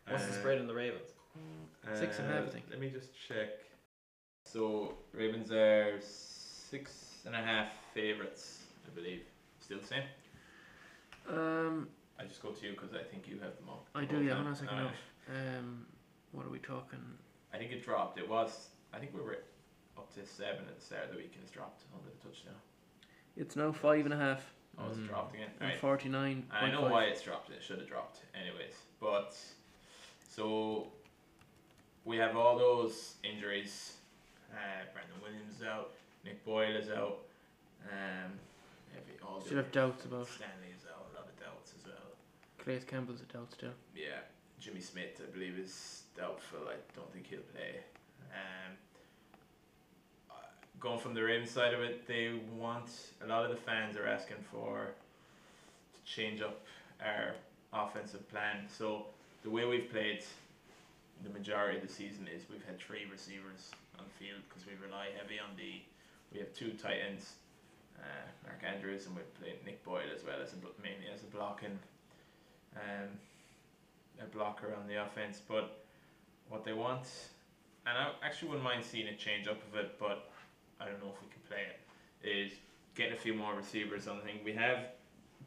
What's the Uh, spread on the Ravens? Six and a half, I Uh, think. Let me just check. So Ravens are six and a half favorites, I believe. Still the same. Um, I just go to you because I think you have them all. I do, both yeah. now. Hold on a second. No, now. Um, what are we talking? I think it dropped. It was. I think we were up to seven at the start of the week and it's dropped under the touchdown. It's now five and a half Oh, it's Hmm. Mm. dropped again. and Right. forty-nine. I know why it's dropped. It should have dropped, anyways. But so we have all those injuries. Uh, Brandon Williams is out. Nick Boyle is out. Um, every, all the Still have doubts about Stanley is out. A lot of doubts as well. Claes Campbell's a doubt still. Yeah, Jimmy Smith, I believe, is doubtful. I don't think he'll play. Um, uh, going from the Ravens side of it, they want a lot of the fans are asking for to change up our offensive plan. So the way we've played the majority of the season is we've had three receivers on the field because we rely heavy on the. We have two tight ends, uh, Mark Andrews, and we play Nick Boyle as well as a, bl- mainly as a blocking. Um, a blocker on the offense, but what they want, and I actually wouldn't mind seeing it change up a bit, but I don't know if we can play it, is getting a few more receivers on the thing. We have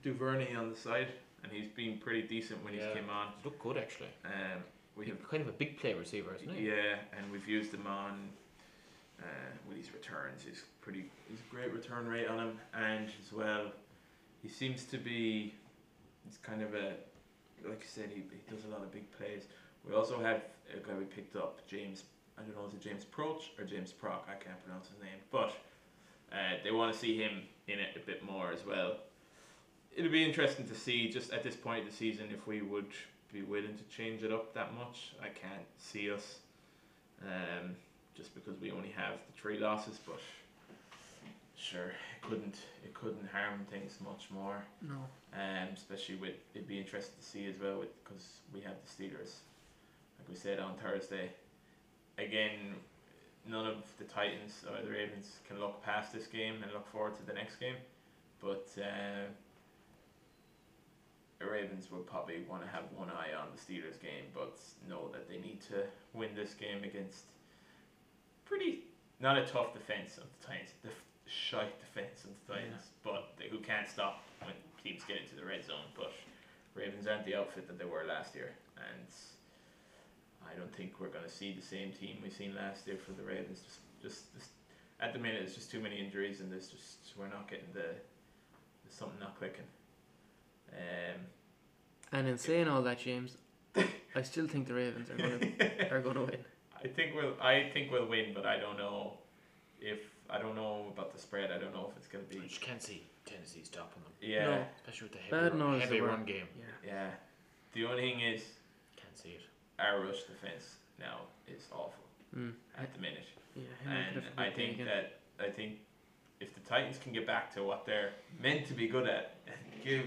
Duvernay on the side, and he's been pretty decent when Yeah. he's came on. Look good actually. Um, we have kind of a big play receiver, isn't he? yeah, and we've used him on uh, with his returns. He's pretty. He's a great return rate on him, and as well, he seems to be. He's kind of a, like you said, he, he does a lot of big plays. We also have a guy we picked up, James. I don't know, is it James Proch or James Proc? I can't pronounce his name, but uh, they want to see him in it a bit more as well. It'll be interesting to see just at this point of the season if we would be willing to change it up that much. I can't see us, um, just because we only have the three losses. But sure, it couldn't it couldn't harm things much more. No. Um, especially with it'd be interesting to see as well with because we have the Steelers, like we said on Thursday. Again, none of the Titans or the Ravens can look past this game and look forward to the next game, but. Um, the Ravens would probably want to have one eye on the Steelers game, but know that they need to win this game against pretty not a tough defense of the Titans, the f- shite defense of the Titans, but they, who can't stop when teams get into the red zone. But Ravens aren't the outfit that they were last year, and I don't think we're going to see the same team we seen last year for the Ravens. Just, just, just at the minute, there's just too many injuries, and there's just we're not getting the there's something not clicking. Um, And in saying all that, James, I still think the Ravens are going to are going to win. I think we'll I think we'll win, but I don't know if I don't know about the spread. I don't know if it's gonna You be just can't see Tennessee stopping them, yeah No. especially with the heavy, Bad run, noise heavy they were. run game. Yeah. yeah. The only thing is Can't see it. our rush defense now is awful Mm. at the minute, Yeah. Henry could and have a I big day think again. that I think if the Titans can get back to what they're meant to be good at, give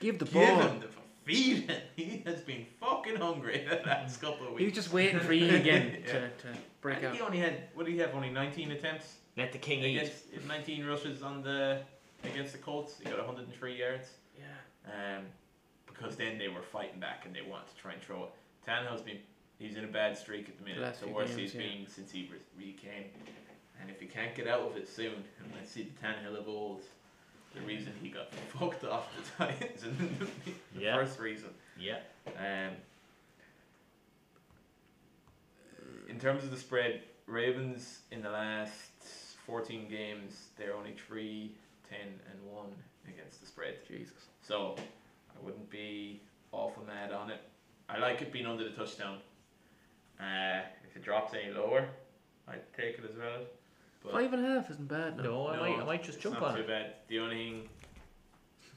give the give ball. him the feed him. He has been fucking hungry the last couple of He weeks. was just waiting for you again Yeah. to, to break I think out. he only had what did he have only nineteen attempts Let the king eat. Against 19 rushes on the against the Colts, he got 103 yards. Yeah. Um, because then they were fighting back and they wanted to try and throw it. Tannehill's been he's in a bad streak at the minute. The last the few worst games, he's yeah. been since he re- recame. And if he can't get out of it soon, and let's see the Tannehill of old, the reason he got fucked off the Titans and the Yeah. first reason. Yeah. Um, in terms of the spread, Ravens in the last 14 games, they're only 3, 10, and 1 against the spread. Jesus. So I wouldn't be awful mad on it. I like it being under the touchdown. Uh, if it drops any lower, I'd take it as well. But Five and a half isn't bad. No. No, I, No, might, I might just it's jump not on too it. bad. The only thing,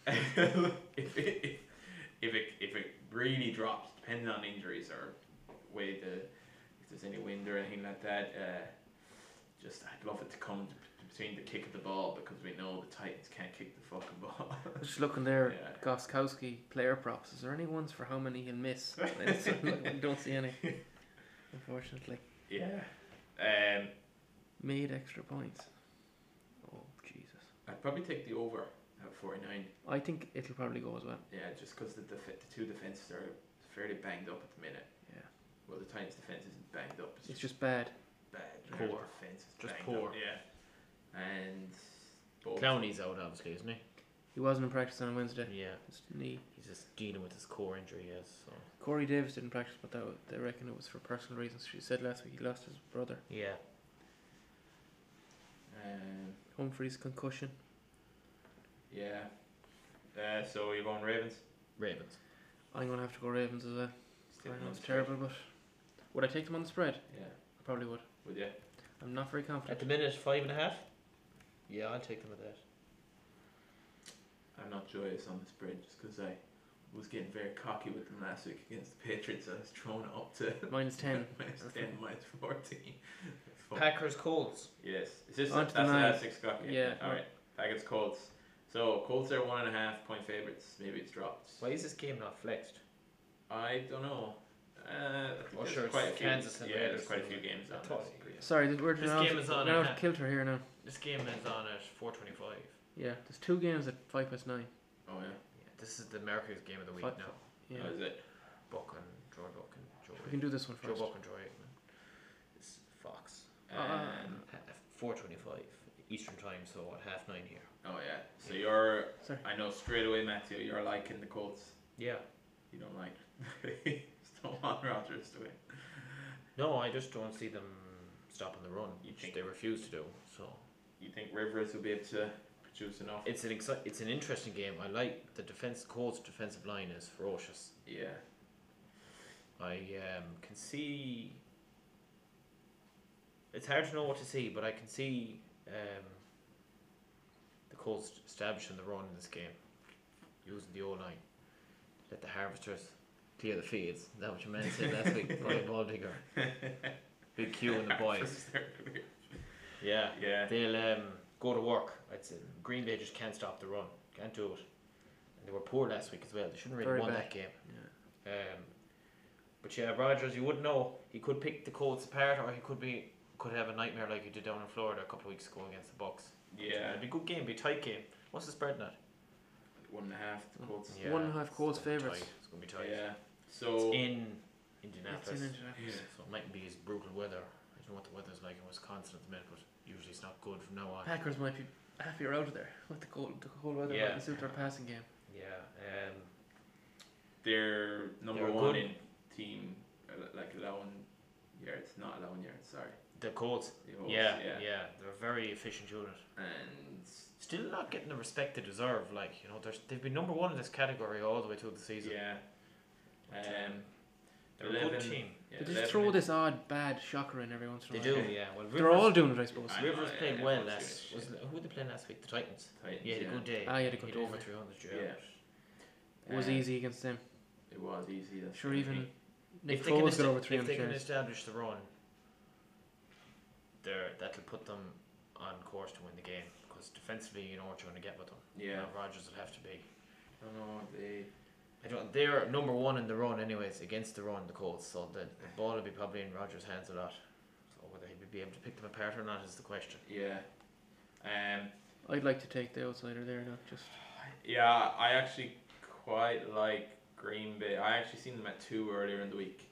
if it if it if it really drops, depending on injuries or way the if there's any wind or anything like that, uh, just I'd love it to come between the kick of the ball because we know the Titans can't kick the fucking ball. Just looking there, Yeah. Goskowski player props. Is there any ones for how many he'll miss? I just- I don't see any. Unfortunately, yeah. Um. made extra points. Oh Jesus! I'd probably take the over at 49. I think it'll probably go as well. Yeah, just because the, def- the two defenses are fairly banged up at the minute. Yeah, Well, the Titans' defense isn't banged up. It's, it's just just bad. bad. poor. Their defense is Just banged poor. Up. Yeah. And both Clowney's out, obviously, isn't He wasn't in practice on Wednesday. he? Yeah. His knee. He's just dealing with his core injury, yes. So. Corey Davis didn't practice, but that, wa- they reckon it was for personal reasons. She said last week he lost his brother. Yeah. Um, Humphrey's concussion. yeah. Uh, so you're going Ravens? Ravens. I'm gonna have to go Ravens as well. Stick I them know on it's the spread. terrible, but would I take them on the spread? Yeah. I probably would. Would you? I'm not very confident. At the minute, five and a half? Yeah, I'll take them at that. I'm not joyous on the spread just because I was getting very cocky with them last week against the Patriots. I was thrown up to Minus ten. minus Okay. 10, minus 14. Fuck. Packers, Colts. Yes. Is this Onto the that's the nine. last six o'clock game? Yeah. All right. Packers Colts. So Colts are one and a half point favorites. Maybe it's dropped. Why is this game not flexed? I don't know. Uh, I think Well, there's sure, quite a it's few, Kansas and yeah, there's Raiders, quite a so few games I on thought- this. yeah. Sorry, th- we're This now game is on we're at now ha- kilter here now. This game is on at 425. Yeah, there's two games at five past nine. Oh yeah. Yeah, this is the America's game of the week Fuck. now. Yeah, That was it. Buck and Joy Buck and Joy. we can do this one Joe first. Buck and Joy Aikman. It's Fox. Um, Ah. Four twenty-five Eastern time, so at half nine here. Oh yeah. So you're. Sorry. I know straight away, Matthew. You're liking the Colts. Yeah. You don't like. just don't want Rodgers to win. No, I just don't see them stopping the run, You which think- they refuse to do. So You think Rivers will be able to produce enough? it's an exci- It's an interesting game. I like the defense. Colts defensive line is ferocious. Yeah. I um, can see. It's hard to know what to see, but I can see um, the Colts establishing the run in this game, using the O line. Let the harvesters clear the fields. Is that what your man said last week? Brian Baldinger. Big Q and the boys. Yeah. yeah. They'll um, go to work. I'd say Green Bay just can't stop the run. Can't do it. And they were poor last week as well. They shouldn't really Very won bad. that game. Yeah. Um, but yeah, Rogers, you wouldn't know. He could pick the Colts apart, or he could be could have a nightmare like he did down in Florida a couple of weeks ago against the Bucks. Yeah. it'd be a good game, it'd be a tight game. What's the spread now? One and a half. The Colts. Yeah. One and a half Colts favourites. It's gonna be tight. Yeah. It's So in It's in Indianapolis, Indianapolis. Yeah. so it mightn't be as brutal weather. I don't know what the weather's like in Wisconsin at the minute, but usually it's not good from now on. Packers might be happier out of there with the cold, the cold weather. Yeah. might suit their passing game. Yeah. Um, they're number They're one good. in team uh, like allowing yards, not allowing yards. Sorry. the Colts. The Hawks, yeah, yeah, They're a very efficient unit. And Still not getting the respect they deserve. Like you know, they're- they've been number one in this category all the way through the season. yeah, um, They're a good 11. team. yeah, they eleven just throw in- this odd, bad shocker in every once in They a do, while. yeah. Well, They're all Rivers, doing it, I suppose. I know, Rivers yeah, played yeah, well everyone's last. doing Was it, who did they play last week? The Titans. Titans, Yeah, had a good day. Ah, he had a good He'd day. over three hundred Yeah. yards. It was Um, easy against them. It was easy. That's Sure, what I even mean. Nick if they, can, Foles got esta- over if they 300 can yards. establish the run, there that'll put them on course to win the game because defensively, you know what you're going to get with them. Yeah. Rogers will have to be. I don't know. They. I don't. They're number one in the run, anyways, against the run, the Colts. So the, the ball will be probably in Rogers' hands a lot. So whether he'll be be able to pick them apart or not is the question. Yeah. Um, I'd like to take the outsider there, not just. yeah, I actually quite like Green Bay. I actually seen them at two earlier in the week.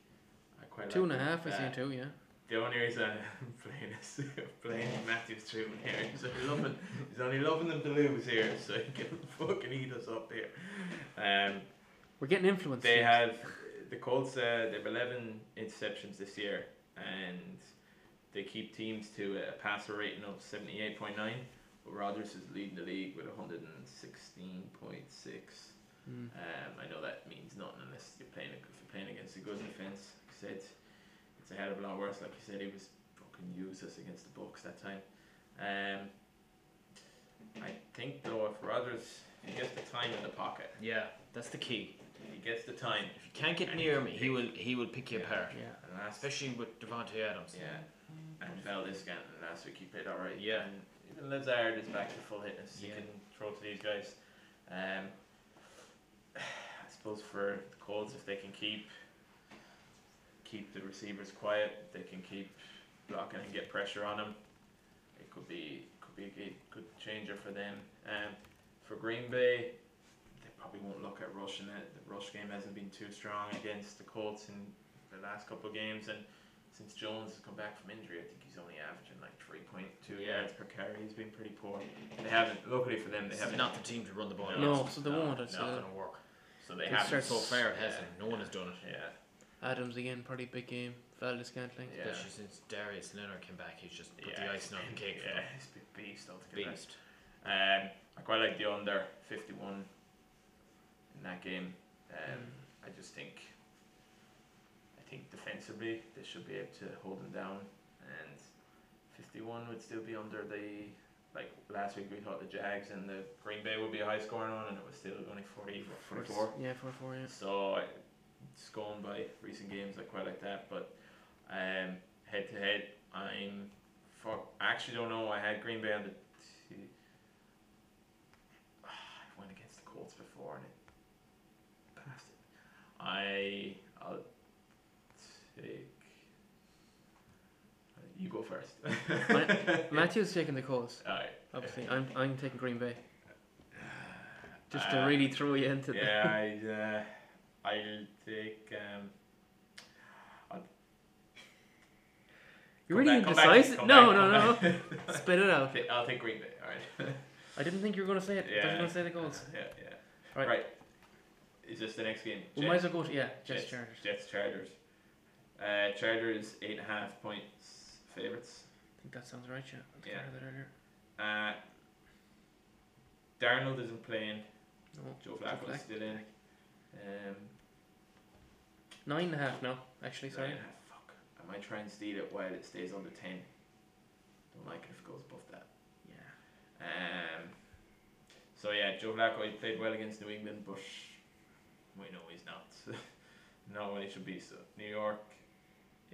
I quite two like and a them Uh, half, at I that. see, two, yeah. The only reason I'm uh, playing is playing Matthew's tune here. He's only loving he's only loving them to lose here, so he can fucking eat us up here. Um, We're getting influenced. they here. have the Colts. Uh, they have eleven interceptions this year, and they keep teams to a passer rating of seventy eight point nine. But Rodgers is leading the league with one hundred and sixteen point six. Mm. Um, I know that means nothing unless you're playing if you're playing against a good defense. Like I said, it's a hell of a lot worse. Like you said, he was fucking useless against the Bucks that time. Um, I think though, if Rodgers if he gets the time in the pocket, Yeah, that's the key. if he gets the time. If you can't get near me, he will he will pick you Yeah. apart. Yeah. And last Especially with Devontae Adams. Yeah. And Valdez Scantlin last week he played alright. Yeah. And even Lazard is back to full fitness. You Yeah. can throw to these guys. Um, I suppose for the Colts if they can keep keep the receivers quiet, if they can keep blocking and get pressure on them. It could be could be a good, good changer for them. Um, for Green Bay, they probably won't look at rushing it. The rush game hasn't been too strong against the Colts in the last couple of games, and since Jones has come back from injury, I think he's only averaging like three point two Yeah. yards per carry. He's been pretty poor. They haven't. Luckily for them, they This is haven't. not the team to run the ball. No, against. so they No, won't, It's I'd not say. going to work. so they It haven't. starts- So far, it hasn't. Yeah. No one has done it. Yeah. Adams again, pretty big game. Valdez Scantling. Yeah. Especially since Darius Leonard came back, he's just put Yeah. the icing on the cake. Yeah, it's a bit beast altogether. Beast. Um, I quite like the under 51 in that game. Um, I just think, I think defensively they should be able to hold them down, and 51 would still be under the like last week we thought the Jags and the Green Bay would be a high scoring one, and it was still only 40, Four- 44. Yeah, 4 4, yeah. So I- it's going by recent games. I quite like that, but um, head to head, I'm for. I actually don't know. I had Green Bay on the. T- I went against the Colts before and it passed it. I I'll take. You go first. Matthew's taking the calls, Alright. obviously. I'm, I'm taking Green Bay. Just Uh, to really throw you into the. yeah, I'd, uh, I'll take. Um, You're come really back- come back, indecisive. come No, back, no, come no. back. Spit it out. Okay, I'll take Green Bay. All right. I didn't think you were going to say it. I thought you Yeah. were going to say the goals. yeah, yeah. Right. Right. Is this the next game? We might as well go to, yeah, Jets Chargers. Jets Chargers. Uh, Chargers eight and a half points favorites. I think that sounds right, yeah. I think I Yeah. heard that earlier. Uh, Darnold isn't playing. No. Joe Flacco's Flacco. still in. Um, Nine and a half now, actually, nine sorry. and a half, fuck. I might try and steal it while it stays under ten. Don't like it if it goes above that. Yeah. Um, so yeah, Joe Flacco he played well against New England, but we know he's not. not when he should be. So New York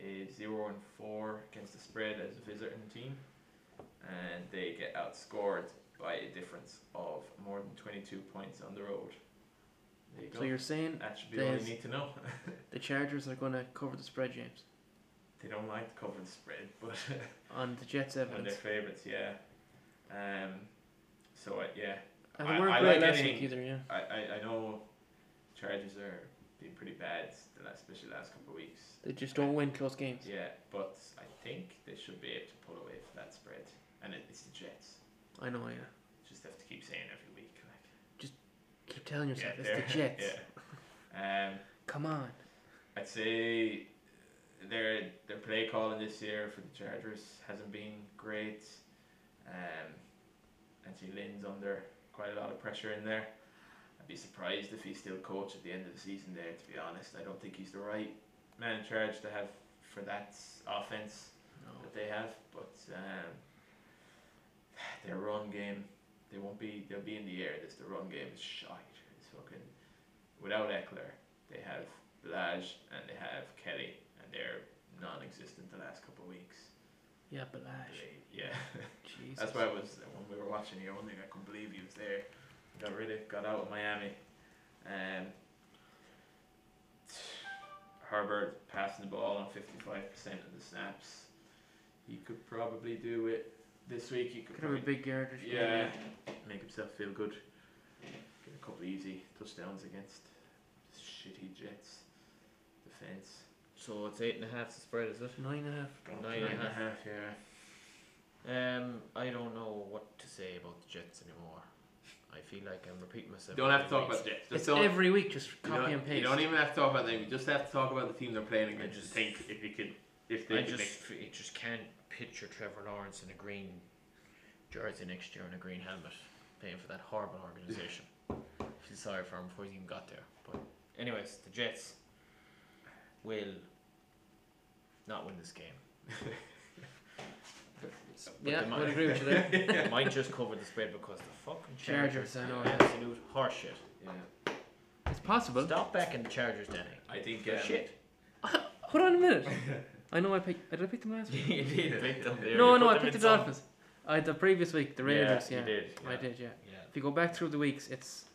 is zero and four against the spread as a visiting team, and they get outscored by a difference of more than twenty two points on the road. There you So go. you're saying that should be all you there's- need to know. the Chargers are going to cover the spread, James, they don't like to cover the spread, but on the Jets one of their evidence. favorites, yeah. Um, so uh, yeah, And I- they weren't I great like last any- week either, yeah. I, I, I know Chargers are being pretty bad, the last, especially the last couple of weeks. They just don't win close games. Yeah, but I think they should be able to pull away from that spread. And it, it's the Jets. I know, yeah. Just have to keep saying every week. Like, Keep telling yourself yeah, it's the they're- Jets. Yeah. Um, Come on. I'd say uh, their their play calling this year for the Chargers hasn't been great. Um, and see Lynn's under quite a lot of pressure in there. I'd be surprised if he's still coach at the end of the season there. To be honest, I don't think he's the right man in charge to have for that offense No. that they have. But um, their run game, they won't be. They'll be in the air. This the run game is shite. It's fucking without Eckler. They have Blage and they have Kelly, and they're non-existent the last couple of weeks. Yeah, but Lash. They, yeah, Jesus. that's why I was when we were watching the only thing I couldn't believe he was there. Got rid of, got out of Miami. Um, Herbert passing the ball on fifty-five percent of the snaps. He could probably do it this week. He could, Could have a probably- big Garrett. yeah, make himself feel good. Get a couple easy touchdowns against shitty Jets defense. So it's eight and a half the spread, is it? Nine and a half. Nine and a half. yeah. Um, I don't know what to say about the Jets anymore. I feel like I'm repeating myself. Don't have to every talk about week. the Jets. Just It's don't, every week, just you copy don't- and paste. You don't even have to talk about them. You just have to talk about the team they're playing against. Just just- think if you could, if they I could just, make f- I just can't picture Trevor Lawrence in a green jersey next year and a green helmet playing for that horrible organisation. I feel sorry for him before he even got there. But, anyways, the Jets will not win this game. It's- but Yeah, they I would might, agree with you there. they might just cover the spread because the fucking Chargers, Chargers, I know. are absolute horseshit. Yeah. It's possible. Stop backing the Chargers, Danny. I think They're um, shit. Hold on a minute. I know I picked. Did I pick them last week? you did pick them there. no, You no, put I them picked the in some- Dolphins. I the previous week, the Raiders. Yeah, Yeah, you did. I yeah. did. Yeah. Yeah. If you go back through the weeks, it's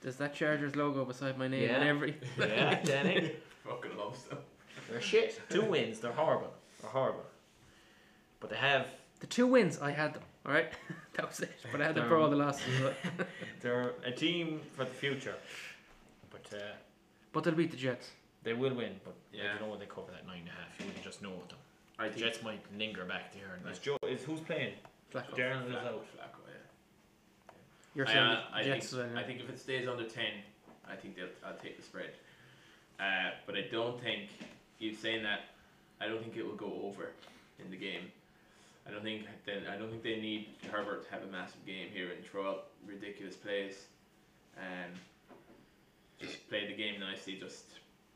there's that Chargers logo beside my name and Yeah. every. Yeah, Danny. Fucking loves them. They're shit. Two wins. They're horrible. They're horrible. But they have. The two wins I had them. All right, that was it. But I had them for all the losses. But, They're a team for the future. But uh, but they'll beat the Jets. they will win. But I Yeah. don't know when they cover that nine and a half. You wouldn't just know with them. I The think Jets might linger back there. And is Joe is who's playing? Blackhawks. Darren is Flacco, out. Flacco, oh, yeah. You're I, saying uh, the I Jets think, as well, yeah. I think if it stays under 10, I think they'll, I'll take the spread. Uh, but I don't think, you saying that, I don't think it will go over in the game. I don't think then I don't think they need Herbert to have a massive game here and throw up ridiculous plays. Um, just play the game nicely. Just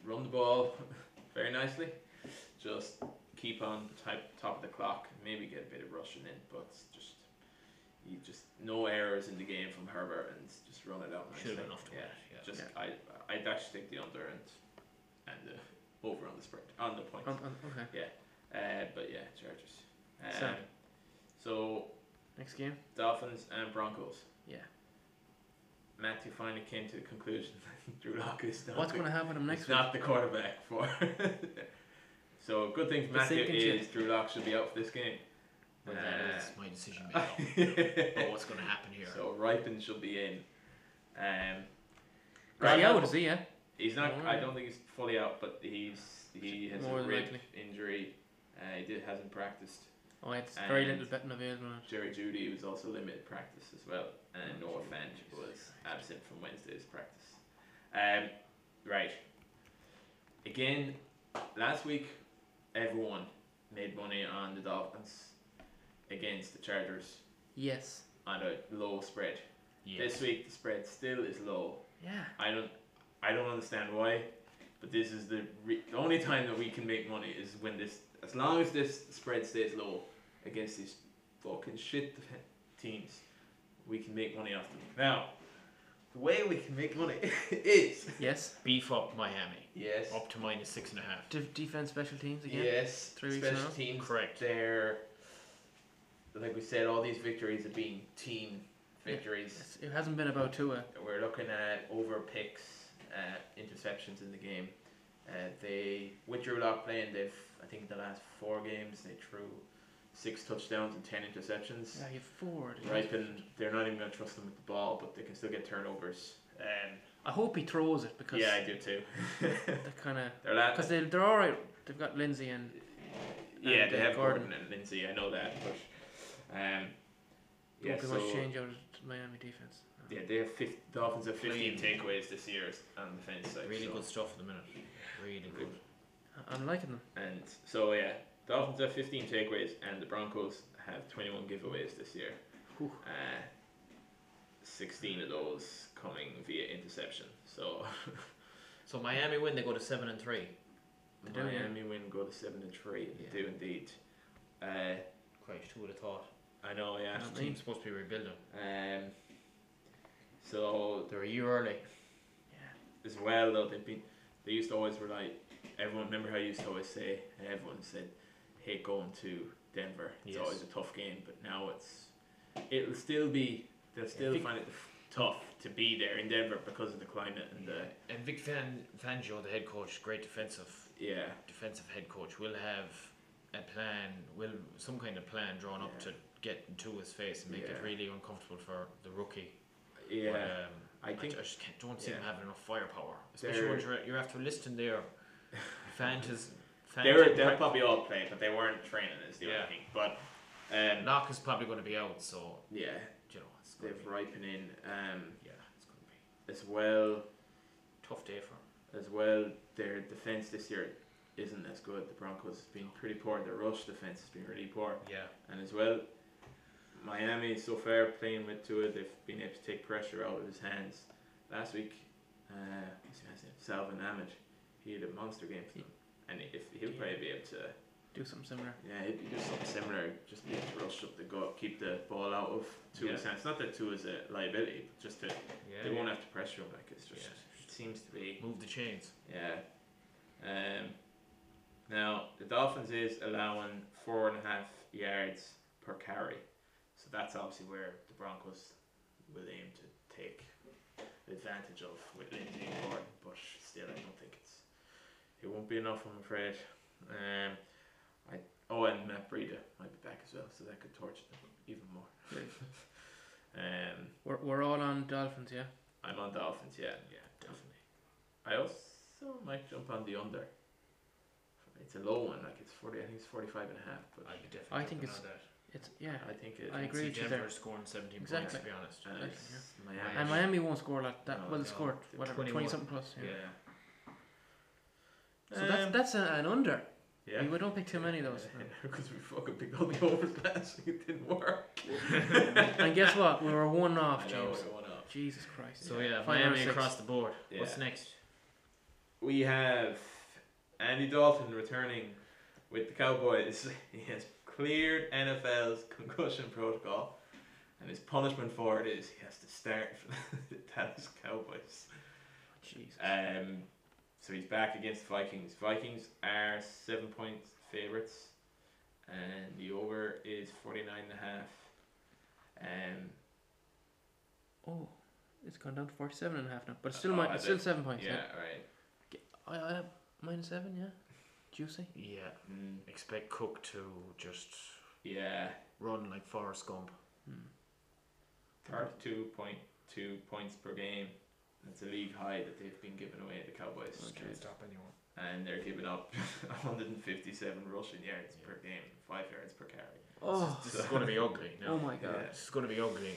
run the ball very nicely. Just keep on the type, top of the clock. Maybe get a bit of rushing in, but just you just no errors in the game from Herbert and just run it out nicely. Should have enough to win. yeah. it, Yeah. Just I I'd actually take the under and and the over on the spread on the points. Um, um, okay. Uh, but yeah, Chargers. Um, Sam. So Next game. Dolphins and Broncos. Yeah. Matthew finally came to the conclusion that Drew Lock is not. What's the, going to happen to him next is week? not the quarterback for. so good thing for The Matthew sinking is Drew Lock should be out for this game. But Uh, that is my decision made. But what's going to happen here? so Ripon should be in. Um, Is he Ripon- out? Is he? Yeah. He's not. Oh, I yeah. don't think he's fully out, but he's he has More a than rib likely. injury. Uh, he did hasn't practiced. Oh, it's very And- little betting available. on it. Jerry Judy was also limited practice as well, and Oh, Noah Jesus Fant was Christ. absent from Wednesday's practice. Um, right. Again, last week, everyone made money on the Dolphins against the Chargers Yes. on a low spread. Yeah. This week, the spread still is low. Yeah. I don't, I don't understand why, but this is the re- the only time that we can make money is when this, as long as this spread stays low against these fucking shit defe- teams, we can make money off them. Now, the way we can make money is Yes. Beef up Miami yes, up to minus six and a half. De- defense, special teams again. yes, Three weeks in a special row? teams. Correct. They're like we said, all these victories have been team victories. It's- It hasn't been about Tua. We're looking at over picks, uh, interceptions in the game. Uh, they with Drew Lock playing, they've I think the last four games they threw six touchdowns and ten interceptions. Yeah, you have four. defense Right, special and they're not even gonna trust them with the ball, but they can still get turnovers. Um, I hope he throws it because yeah, I do too. they're kind of they're la- because they they're all right. They've got Lindsay and yeah, and, they uh, have Gordon. Gordon. and Lindsay. I know that, but um, yeah, won't be so much change out of the Miami defense. yeah, they have fif- Dolphins have fifteen Clean. takeaways this year on the fence side. Really so. good stuff at the minute. Really good. I- I'm liking them. And so yeah, Dolphins have 15 takeaways, and the Broncos have 21 giveaways this year. Whew. Uh, 16 of those coming via interception. So So Miami win, they go to seven and three. They do, yeah. Miami win, go to seven and three. They Yeah. Do indeed. Uh, Christ, who would have thought? I know, yeah. Yeah. This team's supposed to be rebuilding. Um, so They're a year early. as well though they've been they used to always rely everyone remember how I used to always say everyone said hate going to Denver it's Yes. always a tough game but now it's it'll still be they'll still think- find it tough to be there in Denver because of the climate and the And Vic Van Fangio, the head coach, great defensive yeah defensive head coach, will have a plan, will some kind of plan drawn up to Yeah. get into his face and make Yeah. it really uncomfortable for the rookie. Yeah, But, um, I I think- ju- I just can't, don't see him yeah. having enough firepower, especially They're- when you're, you're after listing there. Fant has Fant they were they probably all played, but they weren't training is the Yeah. only thing. But um, Locke is probably going to be out, so yeah, you know it's going to they've be ripening um, yeah, it's going to be as well. a tough day for him. as well. Their defense this year isn't as good. The Broncos has been pretty poor. Their rush defense has been really poor, Yeah, and as well, Miami so far playing with Tua, they've been able to take pressure out of his hands. Last week, uh, what's his man's name? Salvin Ahmed, he had a monster game for them, and if he'll probably be able to, Do something similar. yeah, he'd do something similar. Just be able to rush up the gut, keep the ball out of Tua's hands. Not that Tua's a liability, but just to yeah. they yeah. won't have to pressure him. Like it's just Yeah. it seems to be. move the chains. Yeah. Um, now the Dolphins is allowing four and a half yards per carry, so that's obviously where the Broncos will aim to take advantage of with Lindsay and Gordon. But still, I don't think it's it won't be enough. I'm afraid. Um, I oh and Matt Breida might be back as well, so that could torture them even more. um, We're, we're all on Dolphins, yeah? I'm on Dolphins. Yeah. Yeah, definitely. I also might jump on the under. It's a low one, like it's forty. I think it's forty-five and a half. But I'd be definitely. I think jumping it's- on that. It's Yeah. I think it. I I agree see with you Denver there. seventeen points. Exactly. Uh, To be honest, and I it's Miami. And Miami won't score a lot. That, No, well, no. they scored, whatever, 21. 20 something plus. Yeah. Yeah. So Um, that's, that's a, an under. yeah. We, we don't pick too many of those. Because we fucking picked all the overs last week, it didn't work. and guess what? We were one off, I know, James. I went off. Jesus Christ. so yeah, Five out of Miami six. across the board. What's Yeah. next? We have Andy Dalton returning with the Cowboys. He has cleared NFL's concussion protocol, and his punishment for it is he has to start for the Dallas Cowboys. Uh, Jesus. Um, so he's back against Vikings. Vikings are seven point favorites, and the over is forty nine and a half. Um, Oh, it's gone down to 47 and a half now. But it's still, Oh, mi- has it's still it? 7 points. yeah, all right. I, I, minus 7, yeah? Juicy. Yeah, Mm, expect Cook to just yeah, run like Forrest Gump. Hmm. thirty two point two points per game. That's a league high that they've been giving away the Cowboys, Okay. Can't stop anyone. and they're giving up one hundred and fifty seven rushing yards Yeah. per game, five yards per carry. Oh, This is going to be ugly. Now. oh my God. This is going to be ugly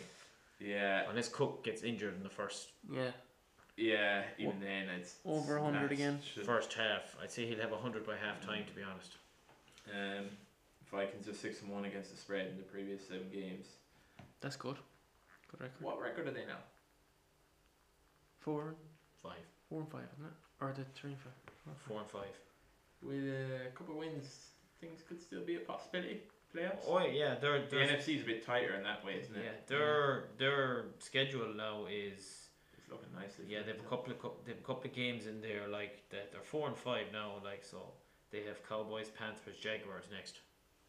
Yeah, unless Cook gets injured in the first Yeah. yeah. Even then, it's Over 100 that's- again. should- first half. I'd say he'll have hundred by half time. To be honest, Um, Vikings are six and one against the spread in the previous seven games. That's good. Good record. What record are they now? Four, five, four and five, isn't it? Or the three and five. four and five. With a couple of wins, things could still be a possibility. Playoffs. Oh yeah, they're, the they're NFC is a bit tighter in that way, isn't yeah, it? their their schedule now is It's looking nicely. Yeah, they've a couple of cou- they've a couple of games in there like that. They're four and five now, like so. They have Cowboys, Panthers, Jaguars next.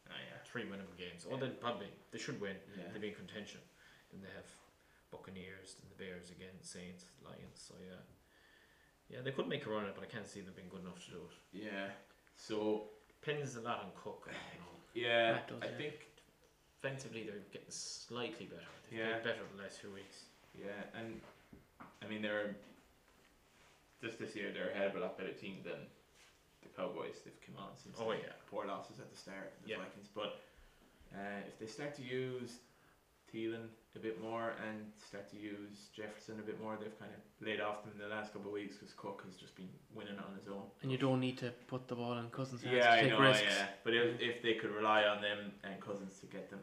Ah, yeah. Three winnable games. Oh, Yeah. they probably they should win. Yeah. They'll be in contention. Then they have Buccaneers, then the Bears again, Saints, Lions. So yeah, yeah, they could make a run at it, but I can't see them being good enough to do it. Yeah. So Depends a lot on Cook. I don't know. yeah, That does, I yeah. think Defensively, they're getting slightly better. They've Yeah. played better the last few weeks. yeah, and I mean they're just this year they're ahead of a lot better team than the Cowboys. They've come on since Oh they- yeah, poor losses at the start of the Yeah. Vikings. But uh, if they start to use Thielen a bit more and start to use Jefferson a bit more, they've kind of laid off them in the last couple of weeks because Cook has just been winning on his own. And you don't need to put the ball in Cousins' hands Yeah, to I take know. risks. Yeah, but if, if they could rely on them and Cousins to get them,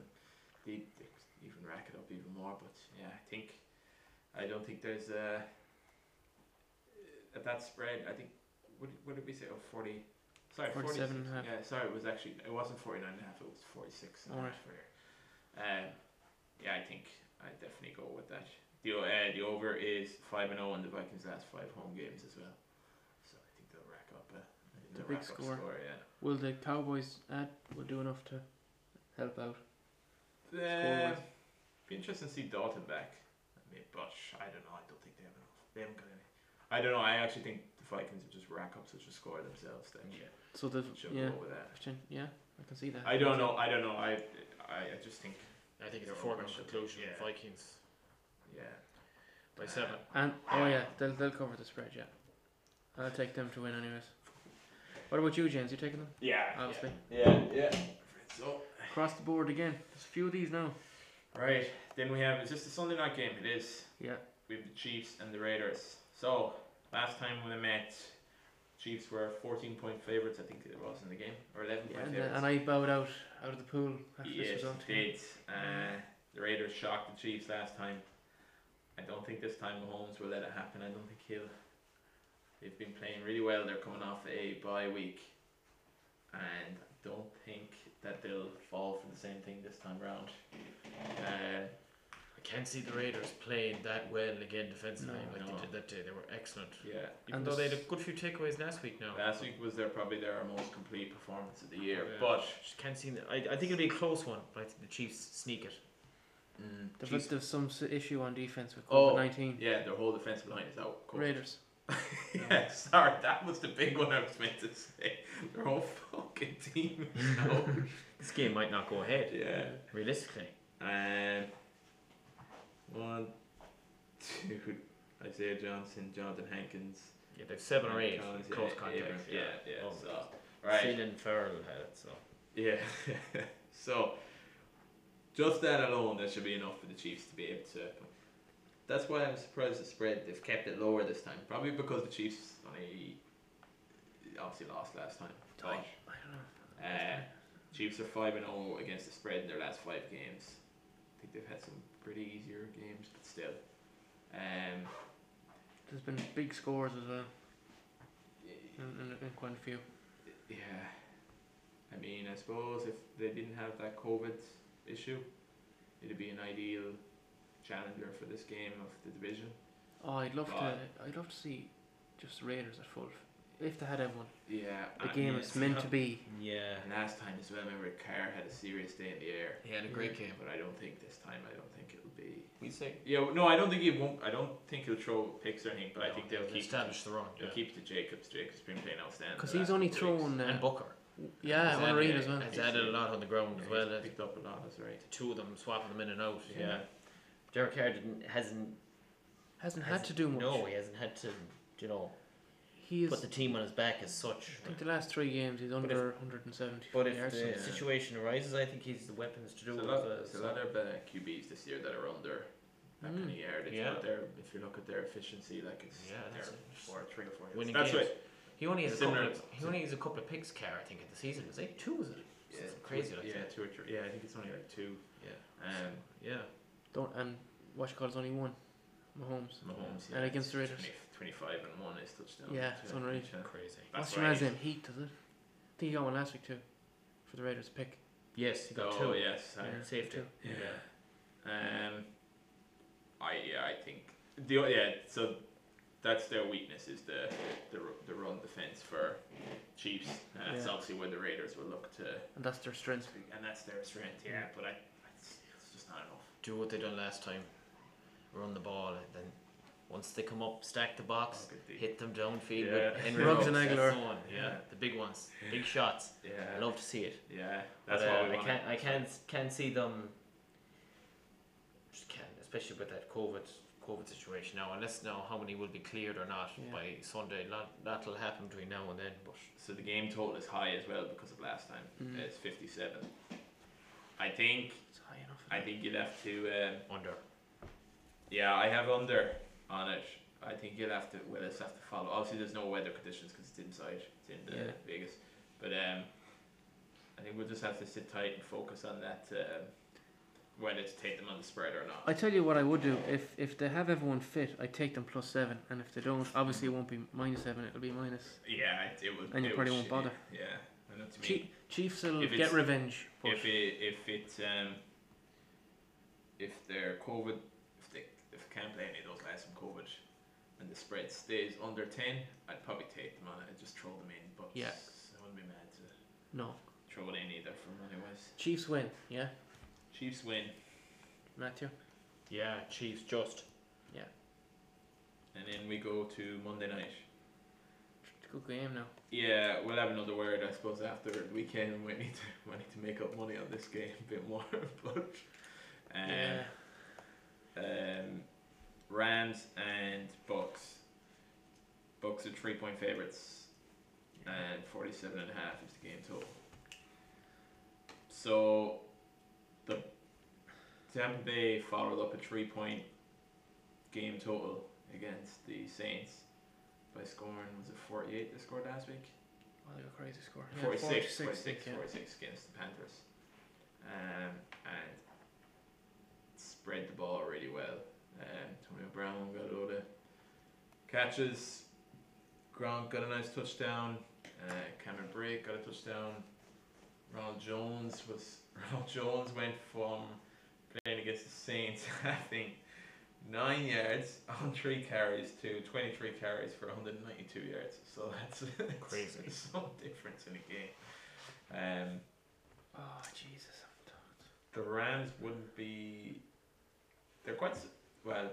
they they could even rack it up even more. But yeah, I think I don't think there's a at that spread. I think what did- what did we say? Oh, forty. Sorry, 40 47 and a half. Yeah, sorry, it was actually it wasn't forty nine and a half. It was forty six. All right. Um, yeah, I think I definitely go with that. The o- uh, the over is five and zero in the Vikings' last five home games as well. So I think they'll rack up a, I think The they'll big rack up score. score. Yeah. Will the Cowboys add will do enough to help out? Uh, Score-wise. Eh, be interesting to see Dalton back. I mean, but sh- I don't know. I don't think they have enough. They haven't got any. I don't know. I actually think the Vikings will just rack up such a score themselves. That yeah. So the should yeah, go with that. Christian, yeah, I can see that. I don't know. I don't know. I I, I just think I think it's a Your own foregone question. conclusion. Yeah. Vikings yeah. by Uh, seven. And oh yeah, they'll they'll cover the spread. Yeah, I'll take them to win anyways. What about you, James? You taking them? Yeah. Obviously, Yeah. Yeah. So across the board again. There's a few of these now. right then we have is this the Sunday night game? It is. Yeah. We have the Chiefs and the Raiders. So last time we met, Chiefs were fourteen point favorites. I think it was in the game or eleven Yeah, point and, uh, favorites. and I bowed out out of the pool after this yes, result. it did. Uh, the Raiders shocked the Chiefs last time. I don't think this time Mahomes will let it happen. I don't think he'll. They've been playing really well. They're coming off a bye week, and I don't think that they'll fall for the same thing this time round. Uh, I can't see the Raiders playing that well again defensively No. like No. they did that day. They were excellent. yeah, Even And though they had this- a good few takeaways last week now. last week was their probably their most complete performance of the year, Yeah. but Just can't see. The, I, I think it'll be a close one, but I think the Chiefs sneak it. mm, There's, Chiefs- there's some s- issue on defense with Oh, COVID nineteen. yeah, their whole defensive line is out. cold. Raiders. Yeah, sorry, that was the big one I was meant to say. Their whole fucking team is out. This game might not go ahead, yeah. realistically. Um, one, two, Isaiah Johnson, Jonathan Hankins. Yeah, they've seven or Mike eight Collins, close yeah, contacts. Abrams, Yeah, yeah. Oh. so, right. Finn and Farrell had it, so. Yeah. so, just that alone, that should be enough for the Chiefs to be able to. That's why I'm surprised the spread. They've kept it lower this time. Probably because the Chiefs only obviously lost last time. I But don't know. Uh, Chiefs are five and zero against the spread in their last five games. I think they've had some pretty easier games, but still. Um, There's been big scores as well, y- and, and, and quite a few. yeah. I mean, I suppose if they didn't have that COVID issue, it'd be an ideal challenger for this game of the division. Oh, I'd love Right. to. I'd love to see just Raiders at full. If they had everyone, Yeah. the and- game Ah, yeah, is it's meant not- to be. Yeah. And last time as well, I remember Carr had a serious day in the air. He had a Yeah. great game. But I don't think this time. I don't think it'll be. We say. Yeah, no, I don't think he won't. I don't think he'll throw picks or anything. But I think they'll keep establish the run. They'll yeah. keep to Jacobs. Jacobs been playing outstanding. Because the he's last only couple of thrown. Uh, And Booker yeah, Is on that Reed uh, it? Ah, as well. has added a lot on the ground weeks. as Yeah, he's well. The picked up a lot. That's right. two of them swapping them in and out. Yeah. Yeah. Derek Carr didn't, hasn't, Hasn't had hasn't to do much. No, he hasn't had to, you know, he is. put the team on his back as such. I think the last three games he's if- under 170 But if yards. the Yeah. situation arises, I think he's the weapons to do There's uh, a it. lot, uh, there's a so- lot of uh, QBs this year that are under that kind of Mm. yardage. Yeah. But they're, if you look at their efficiency, like it's Yeah, they're that's four, three or four. yards. Winning that's games. right. He only has a Similar- couple. Of, he only has a couple of picks. Carr, I think, at the season. Is it two? Is it? Yeah, It's crazy. two, Like yeah, that. two or three. Yeah, I think it's only like two. yeah, Um, yeah. Don't and what you call is only one, Mahomes. Mahomes. Yeah, And against the it's Raiders. 20, 25 and one is touchdown. Yeah, it's unreal. Crazy. That's What's your man's right. name? Heat does it? I think he got one last week too, for the Raiders pick. Yes, he got oh two. yes, I- Yeah, safety. two. Yeah. Um, I yeah, I think the o- yeah. So that's their weakness is the the, ru- the run defense for Chiefs, and that's Yeah. obviously where the Raiders will look to, and that's their strength. and that's their strength. Yeah, Mm. but I, it's, it's just not enough. Do what they done last time. Run the ball, and then once they come up, stack the box, Look at the- hit them downfield Yeah. with Henry Ruggs Ruggs and and Aguilar. so on. Yeah, Yeah. the big ones, big shots. I Yeah, love to see it. yeah. That's but, what uh, we I want. can't. I can't can't see them. Just can't, especially with that COVID COVID situation now. Unless now, how many will be cleared or not Yeah. by Sunday? Lot, that'll happen between now and then. But So the game total is high as well because of last time. Mm. It's fifty-seven. I think It's high enough. I think you'd have to. Um, under. Yeah, I have under on it. I think you'll have to. Well, it's have to follow. Obviously, there's no weather conditions because it's inside. It's in the Yeah. Vegas, but um, I think we'll just have to sit tight and focus on that. Um, whether to take them on the spread or not. I tell you what I would do if if they have everyone fit, I take them plus seven, and if they don't, obviously it won't be minus seven. It'll be minus. yeah, it, it would. And you it probably would won't sh- bother. Yeah, I know what you mean. Chie- Chiefs will If get it's- revenge. But if it if it um if they're COVID if they if they can't play any of those guys from COVID and the spread stays under ten, I'd probably take them on it and just throw them in. But Yeah. I wouldn't be mad to no, throw it in either for money wise. Chiefs win. Yeah, Chiefs win Matthew. Yeah, Chiefs just. and then we go to Monday night. Good game now. Yeah, we'll have another word, I suppose, after the weekend. We need to we need to make up money on this game a bit more. but um, yeah. um, Rams and Bucks. Bucks are three point favorites, and forty-seven and a half is the game total. So, the Tampa Bay followed up a three-point game total against the Saints by scoring was it forty-eight they scored last week. Well, they were crazy score. Yeah, 46, 46, 46, yeah. 46 against the Panthers. Um, and spread the ball really well. Um, Antonio Brown got a load of catches. Gronk got a nice touchdown. Uh, Cameron Brake got a touchdown. Ronald Jones was Ronald Jones went from playing against the Saints having nine yards on three carries to 23 carries for 192 yards. So that's Crazy. some difference in a game. Um, Oh, Jesus. I'm done. the Rams wouldn't be. They're quite su- well.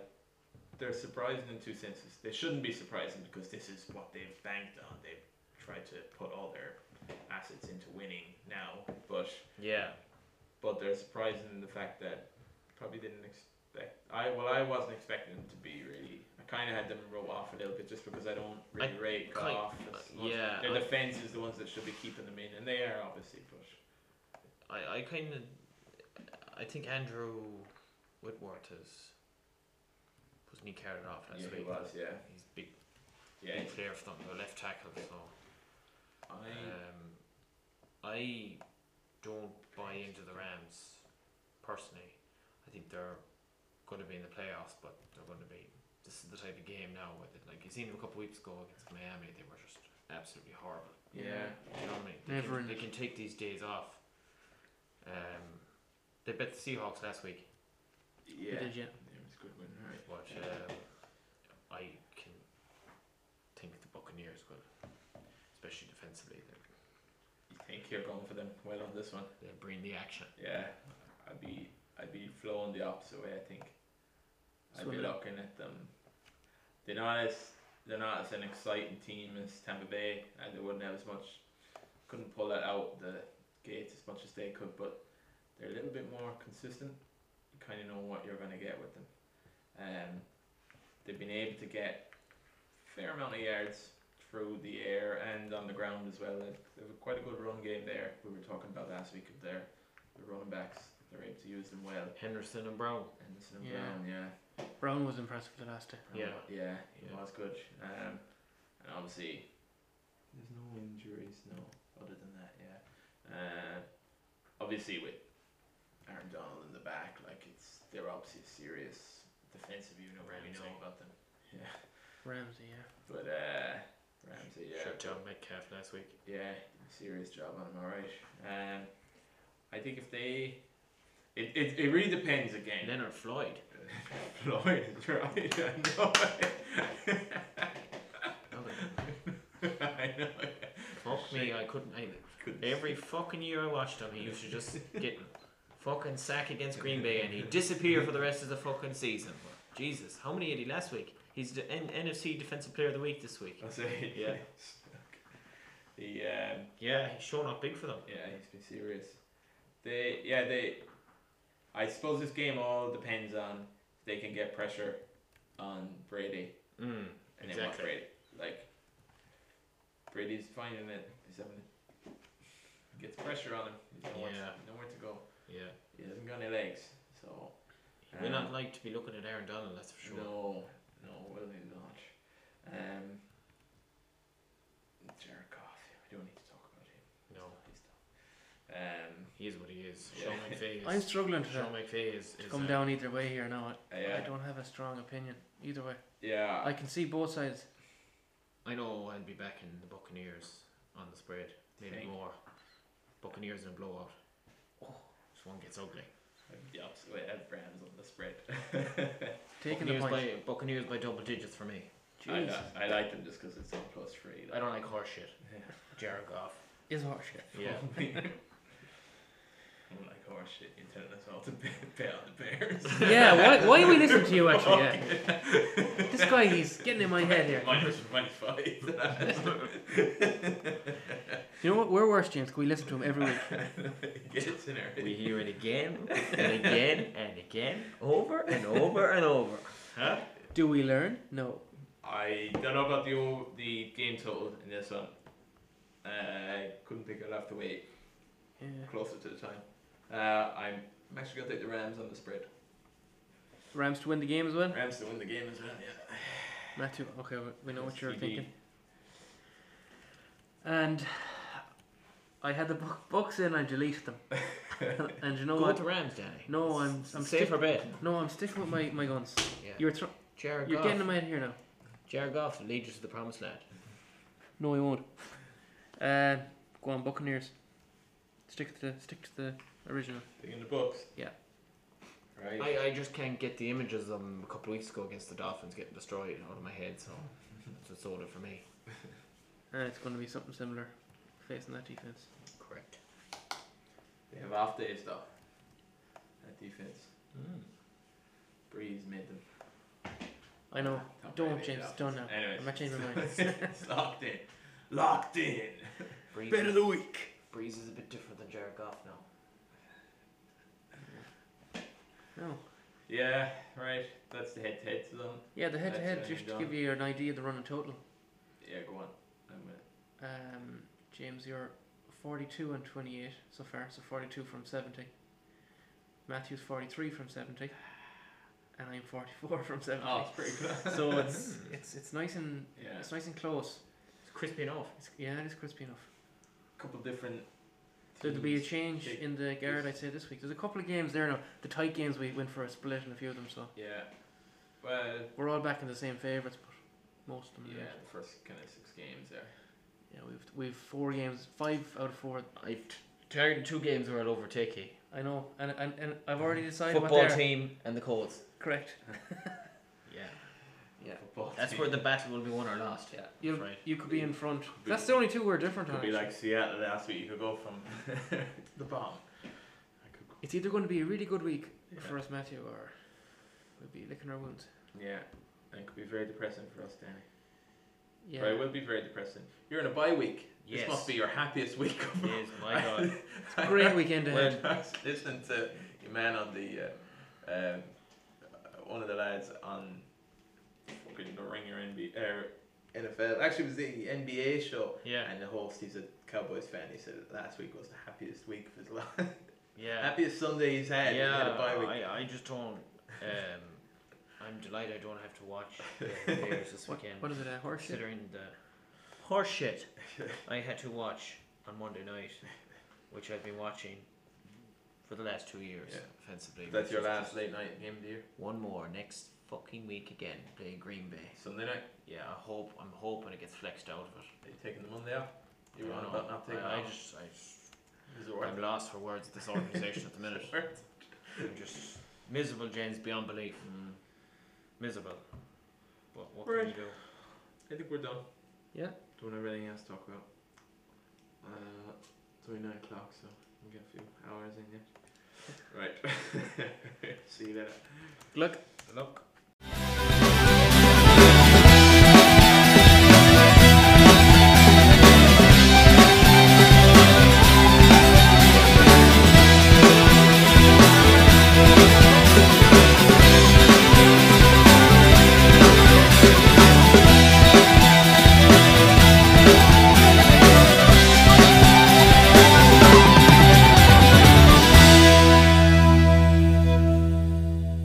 They're surprising in two senses. They shouldn't be surprising because this is what they've banked on. They've tried to put all their assets into winning now, but Yeah. but they're surprising in the fact that probably didn't expect. I well, I wasn't expecting them to be really. I kind of had them roll off a little bit just because I don't really rate kind- Goff. as much. yeah, their I- defense is the ones that should be keeping them in, and they are obviously. But I, I kind of, I think Andrew Whitworth has, wasn't he carried off last yeah, week? he was, yeah, He's big, yeah. big player for them, the left tackle. So, I um, I don't buy into the Rams personally. I think they're going to be in the playoffs, but they're going to be. This is the type of game now with it. Like you seen them a couple weeks ago against Miami, they were just absolutely horrible. yeah. You know what I mean? They Never can, in they it. can take these days off. Um, they bet the Seahawks last week, Yeah. He did, yeah. It was a good win, right? but um, I can think the Buccaneers will, especially defensively. They'll, You think you're going for them well on this one? they'll bring the action. Yeah. I'd be I'd be flowing the opposite way. I think. I'd be Swindon. looking at them. They're not as they're not as an exciting team as Tampa Bay, and they wouldn't have as much. Couldn't pull it out the gates as much as they could, but they're a little bit more consistent. You kind of know what you're going to get with them. Um, they've been able to get fair amount of yards through the air and on the ground as well. They've they've quite a good run game there. We were talking about last week of their the running backs. They're able to use them well. Henderson and Brown. Henderson and Yeah. Brown, yeah. Brown was impressive the last day. Yeah. Yeah, he Yeah. was good. Um, and obviously, there's no injuries, no, other than that, yeah. Uh, obviously, with Aaron Donald in the back, like, it's they're obviously a serious defensive unit, we Ramsey. know about them. Yeah. Ramsey, yeah. But, uh, Ramsey, yeah. Shut down Metcalf last week. Yeah, serious job on him, alright. Um, I think if they. It, it, it really depends again. Leonard Floyd. Floyd is right. I know. Another- I know. Fuck me, I couldn't. I, Couldn't every fucking year I watched him, he used to just get fucking sack against Green Bay and he'd disappear for the rest of the fucking season. Jesus, how many had he last week? He's the N- NFC Defensive Player of the Week this week. I'll say Yeah. The um, Yeah, he's showing up big for them. yeah, he's been serious. They yeah they. I suppose this game all depends on if they can get pressure on Brady Mm, and then what Exactly. Brady like. Brady's finding it. He's having it. Gets pressure on him. He's nowhere, Yeah. nowhere to go. yeah. He hasn't got any legs, so. We're not Um, like to be looking at Aaron Donald, that's for sure. No, no, really not. Um, Jared Goff. Yeah, we don't need to talk about him. No. He's done. Um, He is what he is. Yeah. Sean McVay is. I'm struggling to, Sean McVay is. to is come uh, down either way here now. I, I Uh, yeah, Uh, don't have a strong opinion either way. yeah. I can see both sides. I know I'll be back in the Buccaneers on the spread. Maybe Think. more. Buccaneers in a blowout. Oh. This one gets ugly. I'd be the opposite way. I'd Rams on the spread. Taking the Buccaneers point. by Buccaneers by double digits for me. I, Jesus. li- I like them just because it's on plus three. I Like, don't like horse shit. Jared Goff. Is horse shit. Yeah. I don't like oh shit, you're telling us all to pay, pay on the Bears. Yeah, why, why are we listening to you actually? Yeah. This guy, he's getting in my head here. Minus, minus five. You know what? We're worse, James. 'cause We listen to him every week. Get it in there. We hear it again and again and again, over and over and over. Huh? Do we learn? No. I don't know about the o- the game total in this one. Uh, couldn't think I'd have to wait Yeah. closer to the time. Uh, I'm, I'm actually gonna take the Rams on the spread. Rams to win the game as well. Rams to win the game as well. Yeah. Matthew. Okay, we- we know what you're STD. thinking. And I had the book, books in. I deleted them. and you know Go with what? the Rams, Danny. No, I'm. I'm I'm safe stick- for bed. No, I'm sticking with my, my guns. Yeah. You're thr- Jared you're Goff. getting in my head here now. Jared Goff will lead you to the promised land. No, I won't. Uh, go on, Buccaneers. Stick to the stick to the original. Taking the books. Yeah. Right. I, I just can't get the images of them a couple of weeks ago against the Dolphins getting destroyed out of my head, so that's what's ordered for me. And Ah, it's going to be something similar facing that defense. Correct. They have off days though. That defense. Hmm. Breeze made them. I know. Tom Don't, Brady James, made it don't off. now. I'm not changing my mind. Anyways, it's locked in. Locked in. Breeze, Bet of the week. Breeze is a bit different than Jared Goff now. No. Yeah, right. That's the head to head to them. Yeah, the head to head, That's just to what I give you an idea of the running total. Yeah, go on. I'm with- Um, James, you're 42 and 28 so far, so 42 from 70. Matthew's 43 from 70. And I'm 44 from 70. Oh, it's pretty close. So it's, it's it's nice and yeah. it's nice and close. It's crispy enough. It's, yeah, it is crispy enough. couple different. So there'll be a teams. change Big- in the Garrett, I'd say, this week. There's a couple of games there now. The tight games we went for a split in a few of them, so Yeah. Well, we're all back in the same favourites, but most of them. yeah, aren't. the first kind of six games there. Yeah, we've we've four games, five out of four. I've targeted two games where I'll overtake you. I know, and and, and I've already decided Football what they're team and the Colts. correct. Yeah. Yeah. Football That's team. where the battle will be won or lost. Yeah. You Right. you could be in front. be- That's the only two we're different on. Could be actually. like Seattle last week. You could go from the bomb. I could. It's either going to be a really good week Yeah. for us, Matthew, or we'll be licking our wounds. Yeah, and it could be very depressing for us, Danny. Yeah. But it will be very depressing. You're in a bye week. Yes. This must be your happiest week. of- Yes, my God. Great weekend ahead. When I was listening to your man on the, uh, um, uh, one of the lads on fucking the Ringer NB er, NFL. Actually, it was the NBA show. Yeah. And the host, he's a Cowboys fan. He said last week was the happiest week of his life. Yeah. happiest Sunday he's had. He had a bye week. I, I just don't. Um, I'm delighted I don't have to watch the Bears this What, weekend. what is it? Uh, horseshit. Considering the horseshit I had to watch on Monday night, which I've been watching for the last two years, Yeah. offensively. That's which your is last just late night game of the year. One more next fucking week again, playing Green Bay. Sunday night. Yeah, I hope I'm hoping it gets flexed out of it. Are you taking the Monday off? You I were don't on know. about not taking I, I it off. just, I just Is it worth I'm lost for words at this organisation at the minute. it? I'm just miserable, James, beyond belief. Mm. Miserable. But what Right. can you do? I think we're done. Yeah. Don't have anything else to talk about. Uh, it's only nine o'clock, so we get a few hours in yet. right. See you later. Look. Look.